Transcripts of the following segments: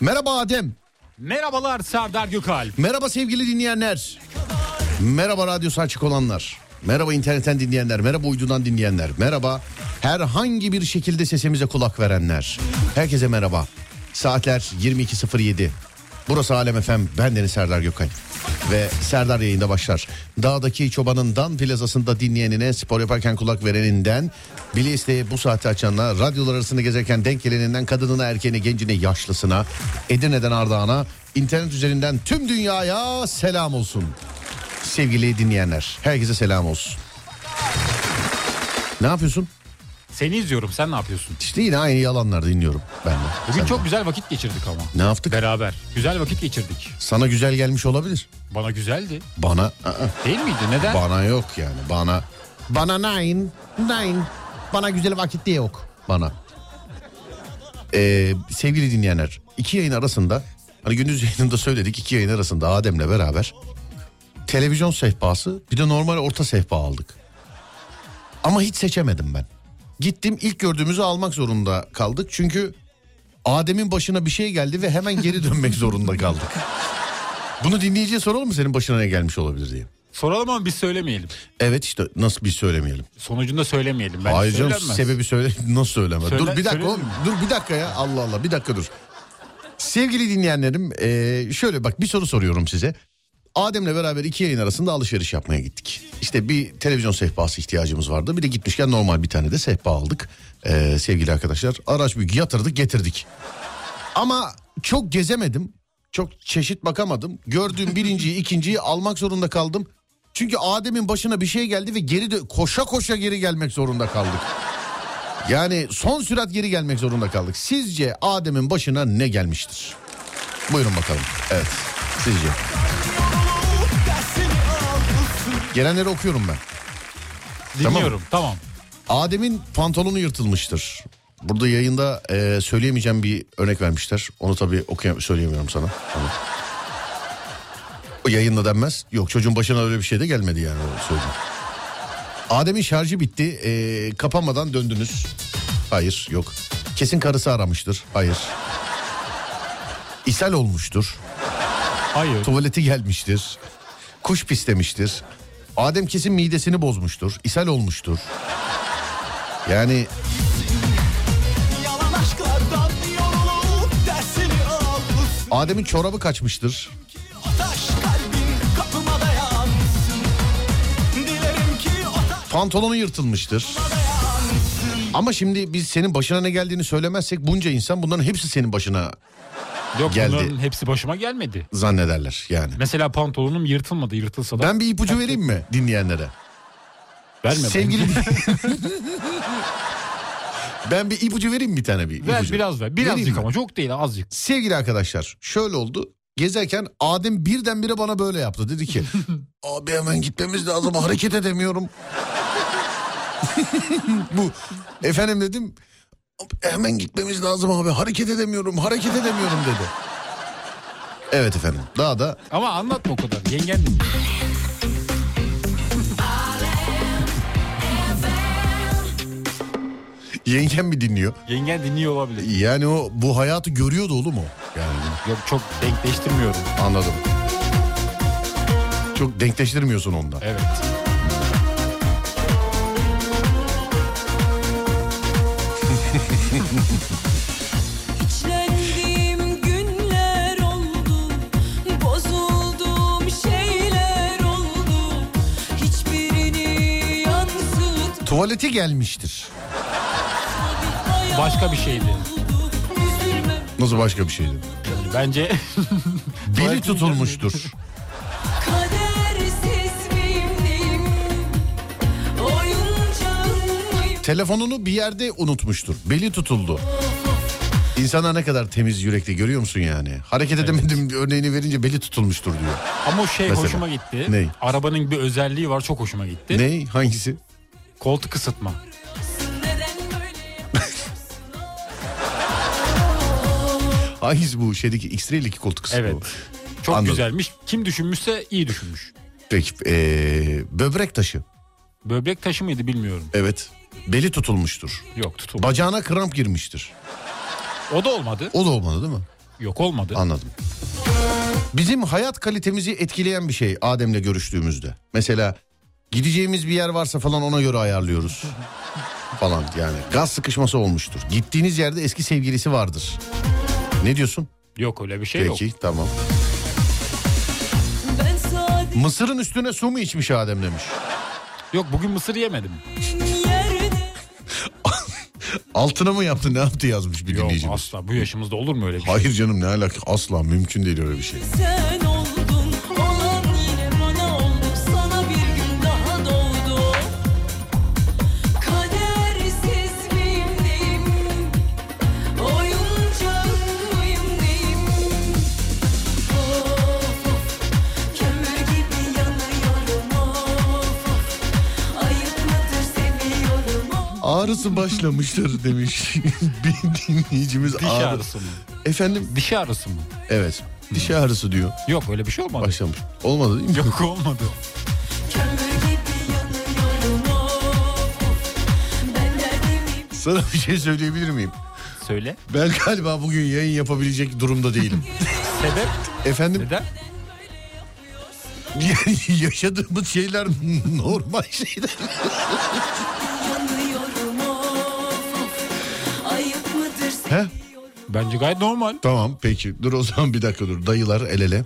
Merhaba Adem. Merhabalar Serdar Gökalp. Merhaba sevgili dinleyenler. Merhaba radyosu açık olanlar. Merhaba internetten dinleyenler, merhaba uydudan dinleyenler, merhaba herhangi bir şekilde sesimize kulak verenler. Herkese merhaba. Saatler 22.07. Burası Alem FM, ben Deniz Serdar Gökay. Ve Serdar yayında başlar. Dağdaki çobanından plazasında dinleyenine, spor yaparken kulak vereninden, Bilis'te bu saati açanla, radyolar arasında gezerken denk geleninden, kadınına, erkeğine, gencine, yaşlısına, Edirne'den Ardahan'a, internet üzerinden tüm dünyaya selam olsun. Sevgili dinleyenler, herkese selam olsun. Ne yapıyorsun? Seni izliyorum sen ne yapıyorsun? İşte yine aynı yalanlar dinliyorum ben de. Bugün Sen de. E çok güzel vakit geçirdik ama. Ne yaptık? Beraber. Güzel vakit geçirdik. Sana güzel gelmiş olabilir. Bana güzeldi. Bana, aa, Değil miydi? Neden? bana yok yani. Bana, bana nine, nine. Bana güzel vakit diye yok. Bana. Ee, sevgili dinleyenler, iki yayın arasında, hani gündüz yayınında söyledik, iki yayın arasında Adem'le beraber televizyon sehpası, bir de normal orta sehpa aldık. Ama hiç seçemedim ben. Gittim ilk gördüğümüzü almak zorunda kaldık. Çünkü Adem'in başına bir şey geldi ve hemen geri dönmek zorunda kaldık. Bunu dinleyiciye soralım mı senin başına ne gelmiş olabilir diye. Soralım ama biz söylemeyelim. Evet işte nasıl bir şey söylemeyelim. Sonucunu da söylemeyelim. Ben Hayır canım söylenmez. sebebi söyle nasıl söyleme. Söyle- dur bir dakika söyledim oğlum, mi? dur bir dakika ya Allah Allah bir dakika dur. Sevgili dinleyenlerim eee, şöyle bak bir soru soruyorum size. Adem'le beraber iki yayın arasında alışveriş yapmaya gittik. İşte bir televizyon sehpası ihtiyacımız vardı. Bir de gitmişken normal bir tane de sehpa aldık. Eee, sevgili arkadaşlar araç büyük yatırdık getirdik. Ama çok gezemedim. Çok çeşit bakamadım. Gördüğüm birinciyi, ikinciyi almak zorunda kaldım. Çünkü Adem'in başına bir şey geldi ve geri dö- koşa koşa geri gelmek zorunda kaldık. Yani son sürat geri gelmek zorunda kaldık. Sizce Adem'in başına ne gelmiştir? Buyurun bakalım. Evet. Sizce. Gelenleri okuyorum ben. Dinliyorum. Tamam. Adem'in pantolonu yırtılmıştır. Burada yayında e, söyleyemeyeceğim bir örnek vermişler. Onu tabii okuyam söyleyemiyorum sana. Ama. O yayında denmez. Yok çocuğun başına öyle bir şey de gelmedi yani o söyleyeyim. Adem'in şarjı bitti. E, kapanmadan döndünüz. Hayır yok. Kesin karısı aramıştır. Hayır. İshal olmuştur. Hayır. Tuvaleti gelmiştir. Kuş pislemiştir. Adem kesin midesini bozmuştur. ishal olmuştur. Yani Yalan aşklardan yorulup dersini almışsın Adem'in çorabı kaçmıştır. O taş kalbin kapıma dayansın Dilerim ki o taş Pantolonu yırtılmıştır. dayansın Ama şimdi biz senin başına ne geldiğini söylemezsek bunca insan bunların hepsi senin başına Yok geldi. bunların hepsi başıma gelmedi. zannederler yani. Mesela pantolonum yırtılmadı. Yırtılsa da Ben bir ipucu vereyim mi dinleyenlere? verme. Sevgili Ben bir ipucu vereyim mi bir tane bir Ver ipucu. biraz ver. Vereyim Birazcık mi? ama çok değil azıcık. Sevgili arkadaşlar şöyle oldu. Gezerken Adem birdenbire bana böyle yaptı. Dedi ki abi hemen gitmemiz lazım hareket edemiyorum. Bu efendim dedim "Abi, hemen gitmemiz lazım abi hareket edemiyorum hareket edemiyorum dedi. Evet efendim daha da Ama anlatma o kadar. Yengen dinliyor. yengem mi dinliyor? Yengen dinliyor olabilir. Yani o bu hayatı görüyordu oğlum o. Yani Yok çok denkleştirmiyorum. anladım. Çok denkleştirmiyorsun onda. Evet. İçlendiğim günler oldu, bozulduğum şeyler oldu. Hiçbirini yansıtmadı Tuvaleti gelmiştir. hayal Başka bir şeydi. Hani oldu. Üzülme, Nasıl başka bir şeydi? Bence Biri tutulmuştur. kadersiz miyim neyim? Oyuncağım mıyım? Telefonunu bir yerde unutmuştur. Beli tutuldu. İnsana ne kadar temiz yürekli görüyor musun yani? Hareket edemedim örneğini verince beli tutulmuştur diyor. ama o şey Mesela. hoşuma gitti. Ney? Arabanın bir özelliği var çok hoşuma gitti. Ne? Hangisi? Koltuk ısıtma. Neden böyle Hangisi bu şeydeki X-ray'deki koltuk kısmı Evet. bu? Çok Anladım. güzelmiş. Kim düşünmüşse iyi düşünmüş. Peki ee, böbrek taşı. Böbrek taşı mıydı bilmiyorum. Evet. Beli tutulmuştur. Yok tutulmadı. Bacağına kramp girmiştir. O da olmadı. O da olmadı değil mi? Yok olmadı. Anladım. Bizim hayat kalitemizi etkileyen bir şey Adem'le görüştüğümüzde. Mesela gideceğimiz bir yer varsa falan ona göre ayarlıyoruz. falan yani. Gaz sıkışması olmuştur. Gittiğiniz yerde eski sevgilisi vardır. Ne diyorsun? Yok öyle bir şey Peki yok. tamam. Ben sadece Mısırın üstüne su mu içmiş Adem demiş. Yok bugün mısır yemedim. yerde Altına mı yaptı ne yaptı yazmış bir Yok dinleyicimiz. asla bu yaşımızda olur mu öyle bir şey? Hayır canım ne alaka asla mümkün değil öyle bir şey. sen oldun Olan yine bana oldu Sana bir gün daha doğdu Kadersiz miyim neyim Oyuncak mıyım neyim Of of Kömür gibi yanıyorum Of of Ayıp mıdır seviyorum Of Ağrısı başlamıştır demiş bir dinleyicimiz. Diş ağrı- ağrısı mı? Efendim Diş ağrısı mı? evet diş ağrısı diyor. Yok öyle bir şey olmadı. Başlamış. Olmadı değil mi? Yok olmadı. kömür gibi yanıyorum Of of Ben derdimi Sana bir şey söyleyebilir miyim? Söyle. Ben galiba bugün yayın yapabilecek durumda değilim. Sebep Efendim neden? yaşadığımız şeyler normal şeyler. Yanıyorum of of Ayıp mıdır He? seviyorum Bence gayet normal. Tamam peki dur o zaman bir dakika dur. Dayılar el ele.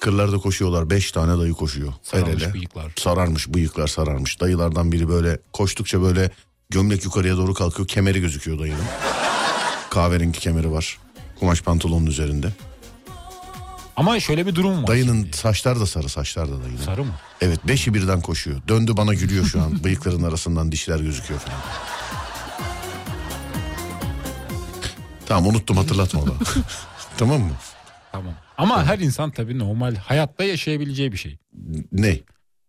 Kırlarda koşuyorlar. Beş tane dayı koşuyor. Sararmış el ele. bıyıklar. Sararmış bıyıklar sararmış. Dayılardan biri böyle koştukça böyle gömlek yukarıya doğru kalkıyor. Kemeri gözüküyor dayının. Kahverengi kemeri var. Kumaş pantolonun üzerinde. Ama şöyle bir durum var. Dayının saçlar da sarı saçlar da dayının. Sarı mı? Evet beşi birden koşuyor. Döndü bana gülüyor şu an. Bıyıkların arasından dişler gözüküyor falan. Tamam unuttum hatırlatma onu. tamam mı? Tamam. Ama her insan tabii normal hayatta yaşayabileceği bir şey. Ne?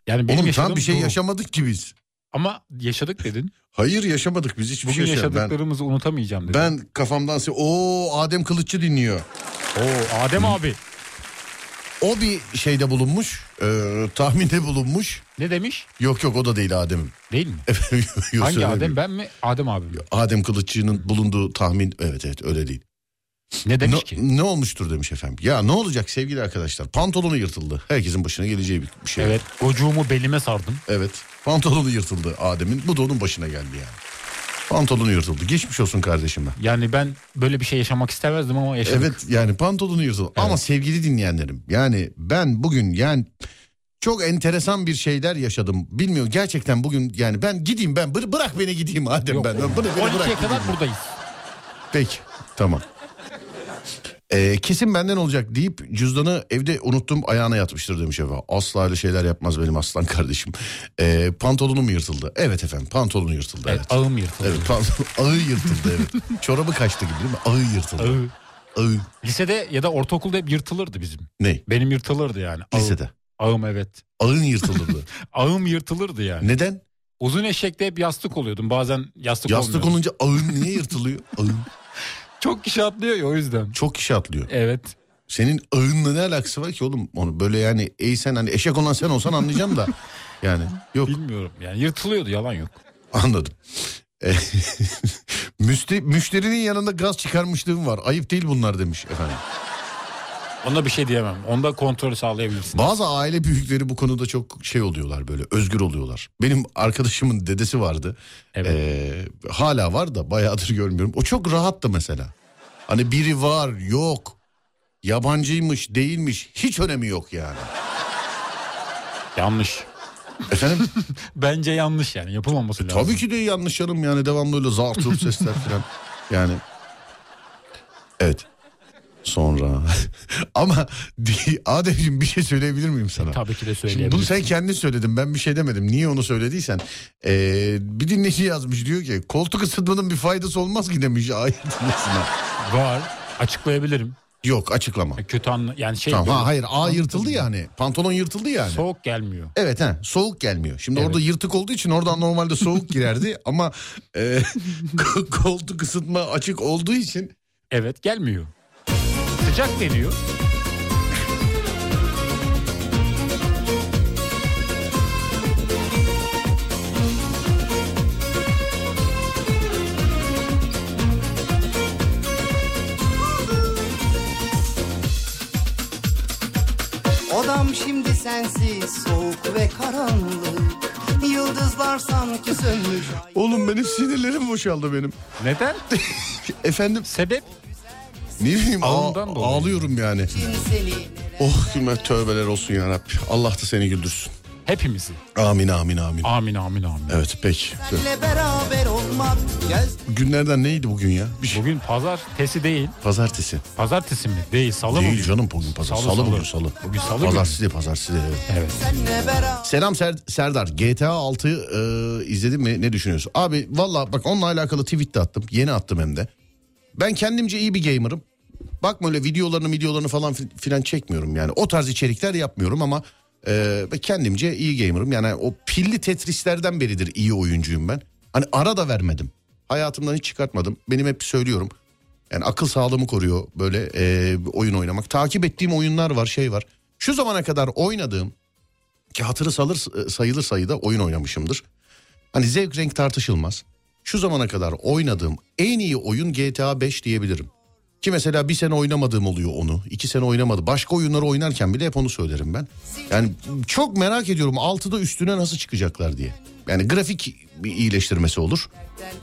Yani benim Oğlum tam yaşadığım bir şey durum. yaşamadık ki biz. Ama yaşadık dedin. Hayır yaşamadık biz hiçbir Bugün şey yaşamadık. Ben, yaşadıklarımızı unutamayacağım dedin. ben kafamdan se- o Adem Kılıççı dinliyor. Oo Adem abi O bir şeyde bulunmuş. e, tahminde bulunmuş. ne demiş? Yok yok o da değil Adem'im. Değil mi? Efendim, yok, Hangi söylemiyorum. Adem ben mi? Adem abi mi? Adem Kılıççı'nın bulunduğu tahmin evet evet öyle değil. Ne demiş Ne- ki? Ne olmuştur demiş efendim. Ya ne olacak sevgili arkadaşlar? Pantolonu yırtıldı. Herkesin başına geleceği bir bir şey. Evet gocuğumu belime sardım. Evet. Pantolonu yırtıldı Adem'in. Bu da onun başına geldi yani. Pantolonu yırtıldı. Geçmiş olsun kardeşime. Yani ben böyle bir şey yaşamak istemezdim ama yaşadık. Evet yani pantolonu yırtıldı. Ama sevgili dinleyenlerim yani ben bugün yani çok enteresan bir şeyler yaşadım. Bilmiyorum gerçekten bugün yani ben gideyim ben bır- bırak beni gideyim Adem Yok. ben. Ben bırak, beni 12'ye bırak kadar gideyim. buradayız. Peki tamam. Ee, kesin benden olacak deyip cüzdanı evde unuttum ayağına yatmıştır demiş Efe. Asla öyle şeyler yapmaz benim aslan kardeşim. Ee, pantolonum yırtıldı. Evet efendim pantolonu yırtıldı evet. Evet. Ağım yırtıldı. Evet pantolon ağı yırtıldı evet. Çorabı kaçtı gibi değil mi? Ağı yırtıldı. Ağı. Ağı. Lisede ya da ortaokulda hep yırtılırdı bizim. Ne? Benim yırtılırdı yani. Ağım- Lisede. Ağım evet. Ağın yırtıldı. Ağım yırtılırdı yani. Neden? Uzun eşekte hep yastık oluyordum. Bazen yastık, Yastık olmuyordum. olunca ağın niye yırtılıyor? Ağın. Çok kişi atlıyor ya o yüzden. Çok kişi atlıyor. Evet. Senin ağınla ne alakası var ki oğlum? Onu böyle yani ey sen hani eşek olan sen olsan anlayacağım da. Yani yok. Bilmiyorum yani yırtılıyordu yalan yok. Anladım. Eh, Müste, müşterinin yanında gaz çıkarmışlığım var. Ayıp değil bunlar demiş efendim. Ona bir şey diyemem. Onda kontrol sağlayabilirsin. Bazı aile büyükleri bu konuda çok şey oluyorlar böyle özgür oluyorlar. Benim arkadaşımın dedesi vardı. Evet. Eh, hala var da bayağıdır görmüyorum. O çok rahattı mesela. Hani biri var yok yabancıymış değilmiş hiç önemi yok yani. yanlış. Efendim Bence yanlış yani yapılmaması lazım. E, Tabii ki de yanlış yanım yani devamlı öyle zar tur sesler falan. Yani evet. Sonra ama di- Ademciğim bir şey söyleyebilir miyim sana? E, Tabii ki de Şimdi bunu söyleyebilirsin. sen kendin söyledin ben bir şey demedim. Niye onu söylediysen. Ee, bir dinleyici yazmış diyor ki koltuk ısıtmanın bir faydası olmaz ki demiş ayet dinlesine. Var. Açıklayabilirim. Yok açıklama. Kötü anla... Yani şey... Tamam, ha, böyle hayır A yırtıldı ya hani pantolon yırtıldı yani. Soğuk gelmiyor. Evet ha soğuk gelmiyor. Şimdi Evet. orada yırtık olduğu için oradan normalde soğuk girerdi ama e, ko- koltuk ısıtma açık olduğu için Evet gelmiyor. Sıcak deniyor. Odam şimdi sensiz soğuk ve karanlık Yıldızlar sanki sönmüş ay Oğlum benim sinirlerim boşaldı benim. Neden? Efendim Sebep? ne bileyim ağ- Ağından dolayı. ağlıyorum yani. seni Oh hürmet tövbeler olsun ya Rabbi. Allah da seni güldürsün. Hepimizi. Amin amin amin. Amin amin amin. Evet peki. Senle beraber olmak gel Günlerden neydi bugün ya? Bir şey. Bugün pazartesi değil. Pazartesi. Pazartesi mi? Değil. Salı mı? Değil bugün? canım bugün pazar. Salı, Salı, salı. bugün salı. Bugün salı günü. Pazartesi de pazartesi de evet. Evet. senle beraber Selam Ser- Serdar. GTA 6 e, izledin mi? Ne düşünüyorsun? Abi valla bak onunla alakalı tweet de attım. Yeni attım hem de. Ben kendimce iyi bir gamer'ım. Bakma öyle videolarını videolarını falan fi- filan çekmiyorum yani. O tarz içerikler yapmıyorum ama e, ben kendimce iyi gamer'ım. Yani o pilli Tetris'lerden beridir iyi oyuncuyum ben. Hani ara da vermedim. Hayatımdan hiç çıkartmadım. Benim hep söylüyorum. Yani akıl sağlığımı koruyor böyle e, oyun oynamak. Takip ettiğim oyunlar var şey var. Şu zamana kadar oynadığım ki hatırı salır, e, sayılır sayıda oyun oynamışımdır. Hani zevk renk tartışılmaz. Şu zamana kadar oynadığım en iyi oyun GTA 5 diyebilirim. Ki mesela bir sene oynamadığım oluyor onu. iki sene oynamadı. Başka oyunları oynarken bile hep onu söylerim ben. Yani çok merak ediyorum 6'da üstüne nasıl çıkacaklar diye. Yani grafik bir iyileştirmesi olur.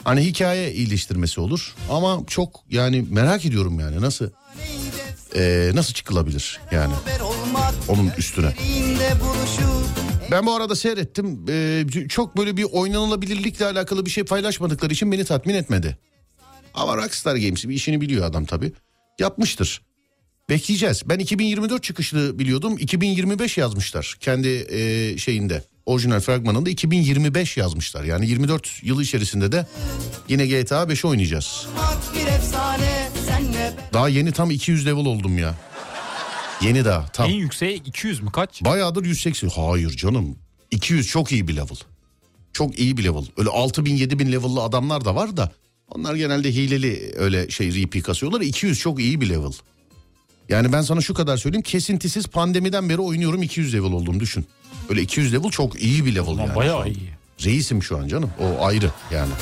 Hani hikaye iyileştirmesi olur. Ama çok yani merak ediyorum yani nasıl eee, nasıl çıkılabilir yani olmak onun üstüne. Elinde buruşup Ben bu arada seyrettim. Ee, çok böyle bir oynanılabilirlikle alakalı bir şey paylaşmadıkları için beni tatmin etmedi. Ama Rockstar Games bir işini biliyor adam tabii. Yapmıştır. Bekleyeceğiz. Ben 2024 çıkışlı biliyordum. 2025 yazmışlar. Kendi e, şeyinde orijinal fragmanında 2025 yazmışlar. Yani 24 yılı içerisinde de yine GTA 5'i oynayacağız. olmak bir efsane senle Daha yeni tam 200 level oldum ya. Yeni daha tam. En yükseği 200 mü kaç? Bayağıdır 180. Hayır canım. 200 çok iyi bir level. Çok iyi bir level. Öyle 6000 7000 level'lı adamlar da var da onlar genelde hileli öyle şey RP kasıyorlar. 200 çok iyi bir level. Yani ben sana şu kadar söyleyeyim. Kesintisiz pandemiden beri oynuyorum 200 level olduğumu düşün. Öyle 200 level çok iyi bir level Ulan yani. bayağı iyi. Reisim şu an canım. O ayrı yani.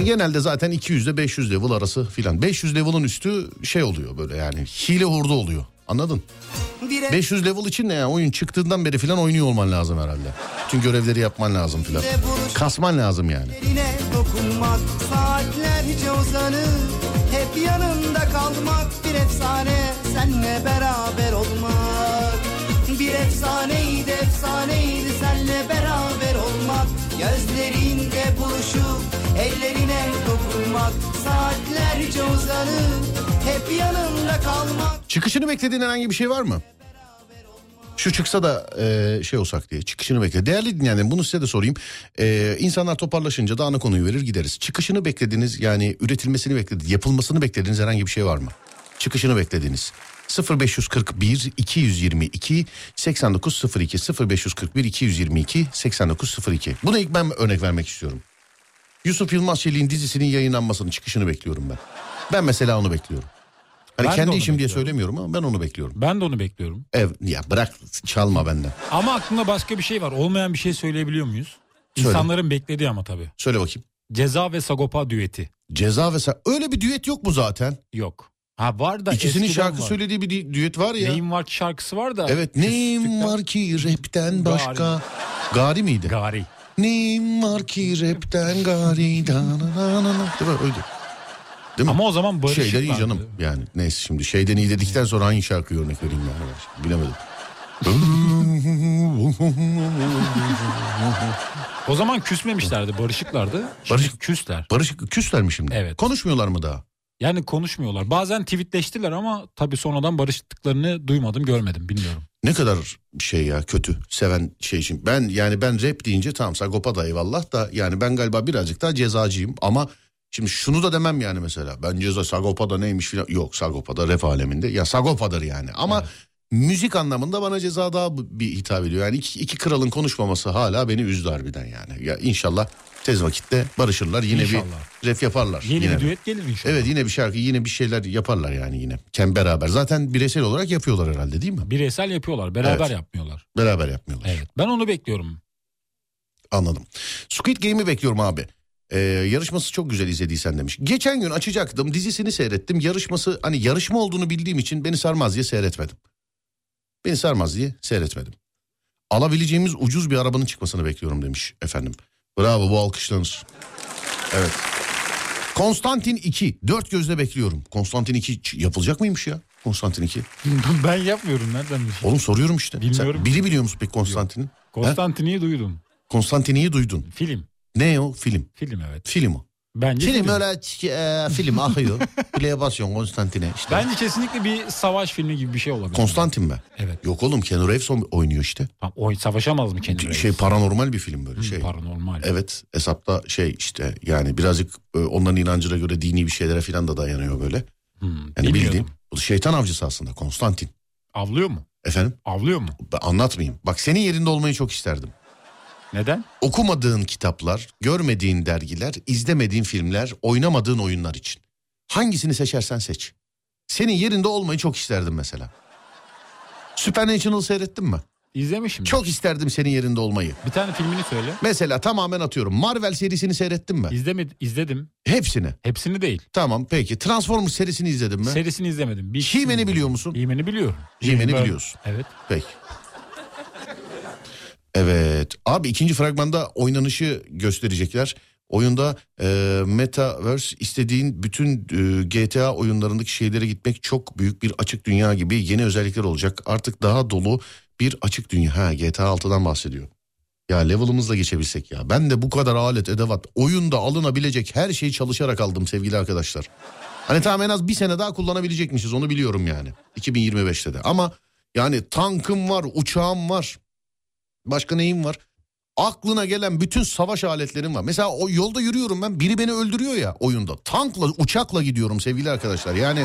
E, Genelde zaten 200 ile 500 level arası filan. 500 level'ın üstü şey oluyor böyle yani hile hurda oluyor. Anladın? beraber bir 500 level için ne ya? Oyun çıktığından beri falan oynuyor olman lazım herhalde. Tüm görevleri yapman lazım filan. Kasman lazım yani. Eline dokunmak saatlerce uzanıp Hep yanında kalmak bir efsane Senle beraber olmak Bir efsaneydi efsaneydi Senle beraber olmak Gözlerinde buluşup Ellerine dokunmak Saatlerce uzanıp Hep yanında kalmak Çıkışını beklediğin herhangi bir şey var mı? Şu çıksa da e, şey olsak diye çıkışını bekle. Değerli dinleyenlerim bunu size de sorayım. E, insanlar toparlaşınca da ana konuyu verir gideriz. Çıkışını beklediğiniz yani üretilmesini beklediğiniz, yapılmasını beklediğiniz herhangi bir şey var mı? Çıkışını beklediğiniz. 0541 222 8902 0541 222 8902. Buna ilk ben örnek vermek istiyorum. Yusuf Yılmaz Çelik'in dizisinin yayınlanmasının çıkışını bekliyorum ben. Ben mesela onu bekliyorum. Hani Ben de kendi onu işim diye bekliyorum. söylemiyorum ama ben onu bekliyorum. Ben de onu bekliyorum. Ev ya bırak çalma benden. Ama aklımda başka bir şey var. Olmayan bir şey söyleyebiliyor muyuz? Söyle. İnsanların beklediği ama tabii. Söyle bakayım. Ceza ve Sagopa düeti. Ceza ve sa- öyle bir düet yok mu zaten? Yok. Ha var da İkisinin eskiden şarkı var. söylediği bir dü- düet var ya. Neyim var ki şarkısı var da. evet neyim küslükten- var ki rapten başka gari miydi? Gari. Neyim var ki rapten gari da na na na na. Değil mi? Öyle. Değil mi? Ama o zaman barışık. Şeyden iyi bence. canım yani neyse şimdi şeyden iyi dedikten sonra hangi şarkıyı örnek vereyim yani Ben bilemedim. O zaman küsmemişlerdi barışıklardı. Şimdi Barışık- küsler. Barışık küsler mi şimdi? Evet. Konuşmuyorlar mı daha? Yani konuşmuyorlar. Bazen tweetleştiler ama tabii sonradan barıştıklarını duymadım görmedim bilmiyorum. Ne kadar şey ya kötü seven şey için. Ben yani ben rap deyince tamam Sagopa da eyvallah da yani ben galiba birazcık daha cezacıyım ama şimdi şunu da demem yani mesela ben ceza Sagopa da neymiş filan yok Sagopa da rap aleminde ya Sagopa'dır yani ama müzik anlamında bana ceza daha b- bir hitap ediyor. Yani iki, iki kralın konuşmaması hala beni üzdü harbiden yani. Ya inşallah tez vakitte barışırlar yine İnşallah. bir rap yaparlar. Yeni yine. bir düet gelir inşallah. Evet yine bir şarkı yine bir şeyler yaparlar yani yine. Ken beraber zaten bireysel olarak yapıyorlar herhalde değil mi? Bireysel yapıyorlar beraber Evet. yapmıyorlar. Beraber yapmıyorlar. Evet ben onu bekliyorum. Anladım. Squid Game'i bekliyorum abi. Ee, yarışması çok güzel izlediysen demiş. Geçen gün açacaktım dizisini seyrettim. Yarışması hani yarışma olduğunu bildiğim için beni sarmaz diye seyretmedim. Beni sarmaz diye seyretmedim. Alabileceğimiz ucuz bir arabanın çıkmasını bekliyorum demiş efendim. Bravo bu alkışlanır. Evet. Konstantin 2. Dört gözle bekliyorum. Konstantin 2 ç- yapılacak mıymış ya? Konstantin 2. ben yapmıyorum nereden bir şey. Oğlum soruyorum işte. Bilmiyorum. Sen biri biliyor musun peki Konstantin'in? Konstantin'i duydum. Konstantin'i duydun. Film. Ne o? Film. Film evet. Film o. Bence Film film. öyle ç- e, film akıyor. Play basıyorsun Konstantin'e. İşte. Bence kesinlikle bir savaş filmi gibi bir şey olabilir. Konstantin mi? Evet. Yok oğlum Keanu Reeves oynuyor işte. Tam oy savaşamaz mı kendini? Şey paranormal bir film böyle Hı, şey. Paranormal. Evet hesapta şey işte yani birazcık e, onların inancına göre dini bir şeylere filan da dayanıyor böyle. Hı, Yani Hmm, bilmiyordum. bildiğin bu şeytan avcısı aslında Konstantin. Avlıyor mu? Efendim Avlıyor mu? ben anlatmayayım. Bak senin yerinde olmayı çok isterdim. Neden? Okumadığın kitaplar, görmediğin dergiler, izlemediğin filmler, oynamadığın oyunlar için. Hangisini seçersen seç. Senin yerinde olmayı çok isterdim mesela. Supernatural seyrettin mi? İzlemişim. ben. Çok isterdim senin yerinde olmayı. Bir tane filmini söyle. Mesela tamamen atıyorum. Marvel serisini seyrettin mi? İzleme, izledim. Hepsini. Hepsini değil. Tamam peki. Transformers serisini izledin mi? Serisini izlemedim. Bir He-Man'i ikisini biliyor izledim. musun? He-Man'i biliyorum. He-Man'i He-Man. biliyorsun. Evet. Peki. Evet. Abi ikinci fragmanda oynanışı gösterecekler. Oyunda e, Metaverse istediğin bütün e, GTA oyunlarındaki şeylere gitmek çok büyük bir açık dünya gibi yeni özellikler olacak. Artık daha dolu bir açık dünya. Ha GTA 6'dan bahsediyor. Ya level'ımızla geçebilsek ya. Ben de bu kadar alet edevat oyunda alınabilecek her şeyi çalışarak aldım sevgili arkadaşlar. Hani tamam en az bir sene daha kullanabilecekmişiz onu biliyorum yani. 2025'te de ama yani tankım var, uçağım var. Başka neyim var? Aklına gelen bütün savaş aletlerim var. Mesela o yolda yürüyorum ben biri beni öldürüyor ya oyunda. Tankla, uçakla gidiyorum sevgili arkadaşlar. Yani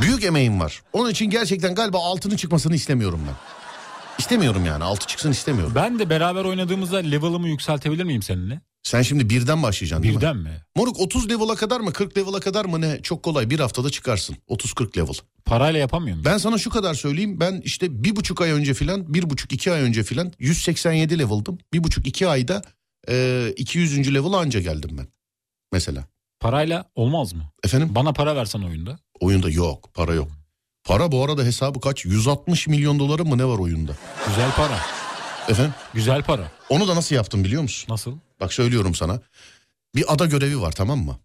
büyük emeğim var. Onun için gerçekten galiba altının çıkmasını istemiyorum ben. İstemiyorum yani altı çıksın istemiyorum. Ben de beraber oynadığımızda level'ımı yükseltebilir miyim seninle? Sen şimdi birden başlayacaksın değil mi? Birden mi? Moruk 30 level'a kadar mı 40 level'a kadar mı ne? Çok kolay bir haftada çıkarsın 30-40 level. Parayla yapamıyor muyum? Ben sana şu kadar söyleyeyim. Ben işte bir buçuk ay önce filan, bir buçuk iki ay önce filan 187 level'dım. Bir buçuk iki ayda e, 200. level anca geldim ben. Mesela. Parayla olmaz mı? Efendim Bana para versen oyunda. oyunda yok, para yok. Para bu arada hesabı kaç? 160 milyon doları mı ne var oyunda? Güzel para. Efendim Güzel para. onu da nasıl yaptım biliyor musun? Nasıl? Bak söylüyorum sana. Bir ada görevi var tamam mı?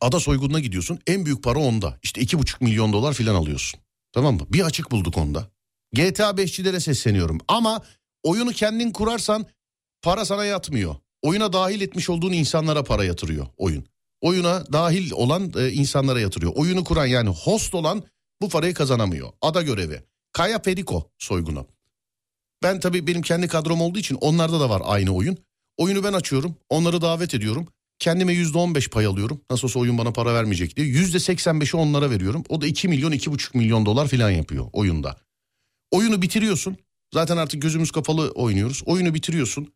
Ada soygununa gidiyorsun. En büyük para onda. İşte iki buçuk milyon dolar filan alıyorsun. Tamam mı? Bir açık bulduk onda. GTA 5'çilere sesleniyorum. Ama oyunu kendin kurarsan para sana yatmıyor. Oyuna dahil etmiş olduğun insanlara para yatırıyor oyun. Oyuna dahil olan e, insanlara yatırıyor. Oyunu kuran yani host olan bu parayı kazanamıyor. Ada görevi. Kaya Perico soygunu. Ben tabii benim kendi kadrom olduğu için onlarda da var aynı oyun. Oyunu ben açıyorum. Onları davet ediyorum. Kendime %15 pay alıyorum. Nasıl olsa oyun bana para vermeyecek diye. %85'i onlara veriyorum. O da 2 milyon 2,5 milyon dolar falan yapıyor oyunda. Oyunu bitiriyorsun. Zaten artık gözümüz kapalı oynuyoruz. Oyunu bitiriyorsun.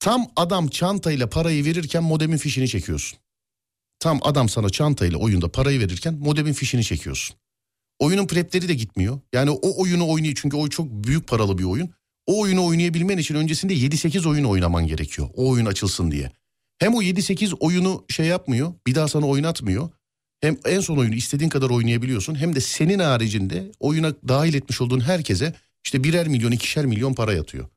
Tam adam çantayla parayı verirken modemin fişini çekiyorsun. Tam adam sana çantayla oyunda parayı verirken modemin fişini çekiyorsun. Oyunun prepleri de gitmiyor. Yani o oyunu oynuyor çünkü o çok büyük paralı bir oyun. O oyunu oynayabilmen için öncesinde 7-8 oyun oynaman gerekiyor. O oyun açılsın diye. Hem o 7-8 oyunu şey yapmıyor, bir daha sana oynatmıyor. Hem en son oyunu istediğin kadar oynayabiliyorsun. Hem de senin haricinde oyuna dahil etmiş olduğun herkese işte birer milyon, ikişer milyon para yatıyor.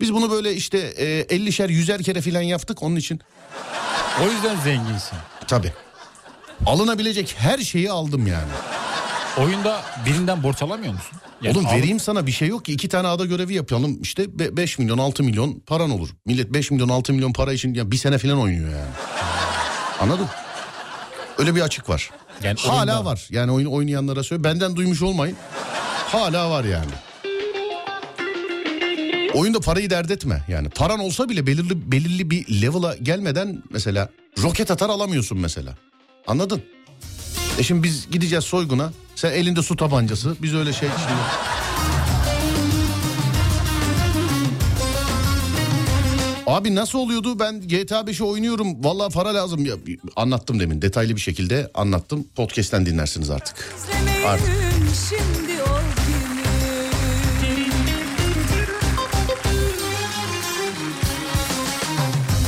Biz bunu böyle işte e, 50'şer, 100'er kere filan yaptık. Onun için O yüzden zenginsin. tabii alınabilecek her şeyi aldım yani. Oyunda birinden borç alamıyor musun? Yani Oğlum al- vereyim sana bir şey yok ki. iki tane ada görevi yapalım işte be- 5 milyon 6 milyon paran olur. Millet 5 milyon 6 milyon para için ya bir sene falan oynuyor yani. Anladın? Öyle bir açık var. Yani Hala oyunda- var. Yani oyunu oynayanlara söyle. Benden duymuş olmayın. Hala var yani. Oyunda parayı dert etme. Yani paran olsa bile belirli belirli bir level'a gelmeden mesela roket atar alamıyorsun mesela. Anladın? E şimdi biz gideceğiz soyguna. Sen elinde su tabancası. Biz öyle şey şimdi. Abi nasıl oluyordu? Ben GTA 5'i oynuyorum. Vallahi para lazım. Ya, anlattım demin. Detaylı bir şekilde anlattım. Podcast'ten dinlersiniz artık. Artık. Özlemeyin şimdi o günü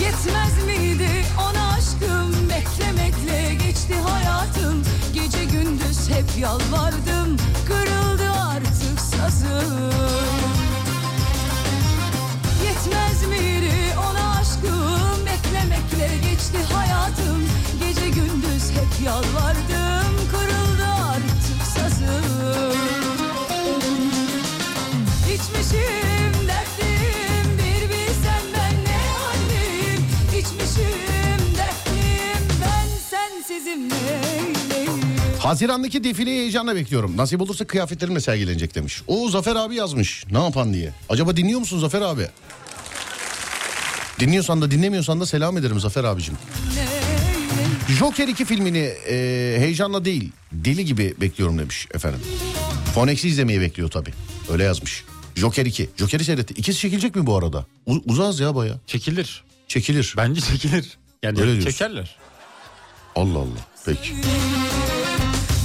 Yetmez miydi ona aşkım Beklemekle geçti hayatım Gece gündüz hep yalvardım Kırıldı artık Yalvardım kırıldı artık sazım İçmişim dertliyim bir bilsen ben ne haldeyim İçmişim dertliyim ben sensizim neyleyim Hazirandaki defileyi heyecanla bekliyorum. Nasip olursa kıyafetlerimle sergilenecek demiş. O Zafer abi yazmış. Ne yapan diye. Acaba dinliyor musun Zafer abi? Dinliyorsan da dinlemiyorsan da selam ederim Zafer abicim. neyleyim Joker 2 filmini e, heyecanla değil deli gibi bekliyorum demiş efendim. Fonex'i izlemeyi bekliyor tabii. Öyle yazmış. Joker 2. Joker'i seyretti. İkisi çekilecek mi bu arada? U- uzağız ya baya. Çekilir. Çekilir. Bence çekilir. Yani Öyle diyorsun. çekerler. Allah Allah. Peki.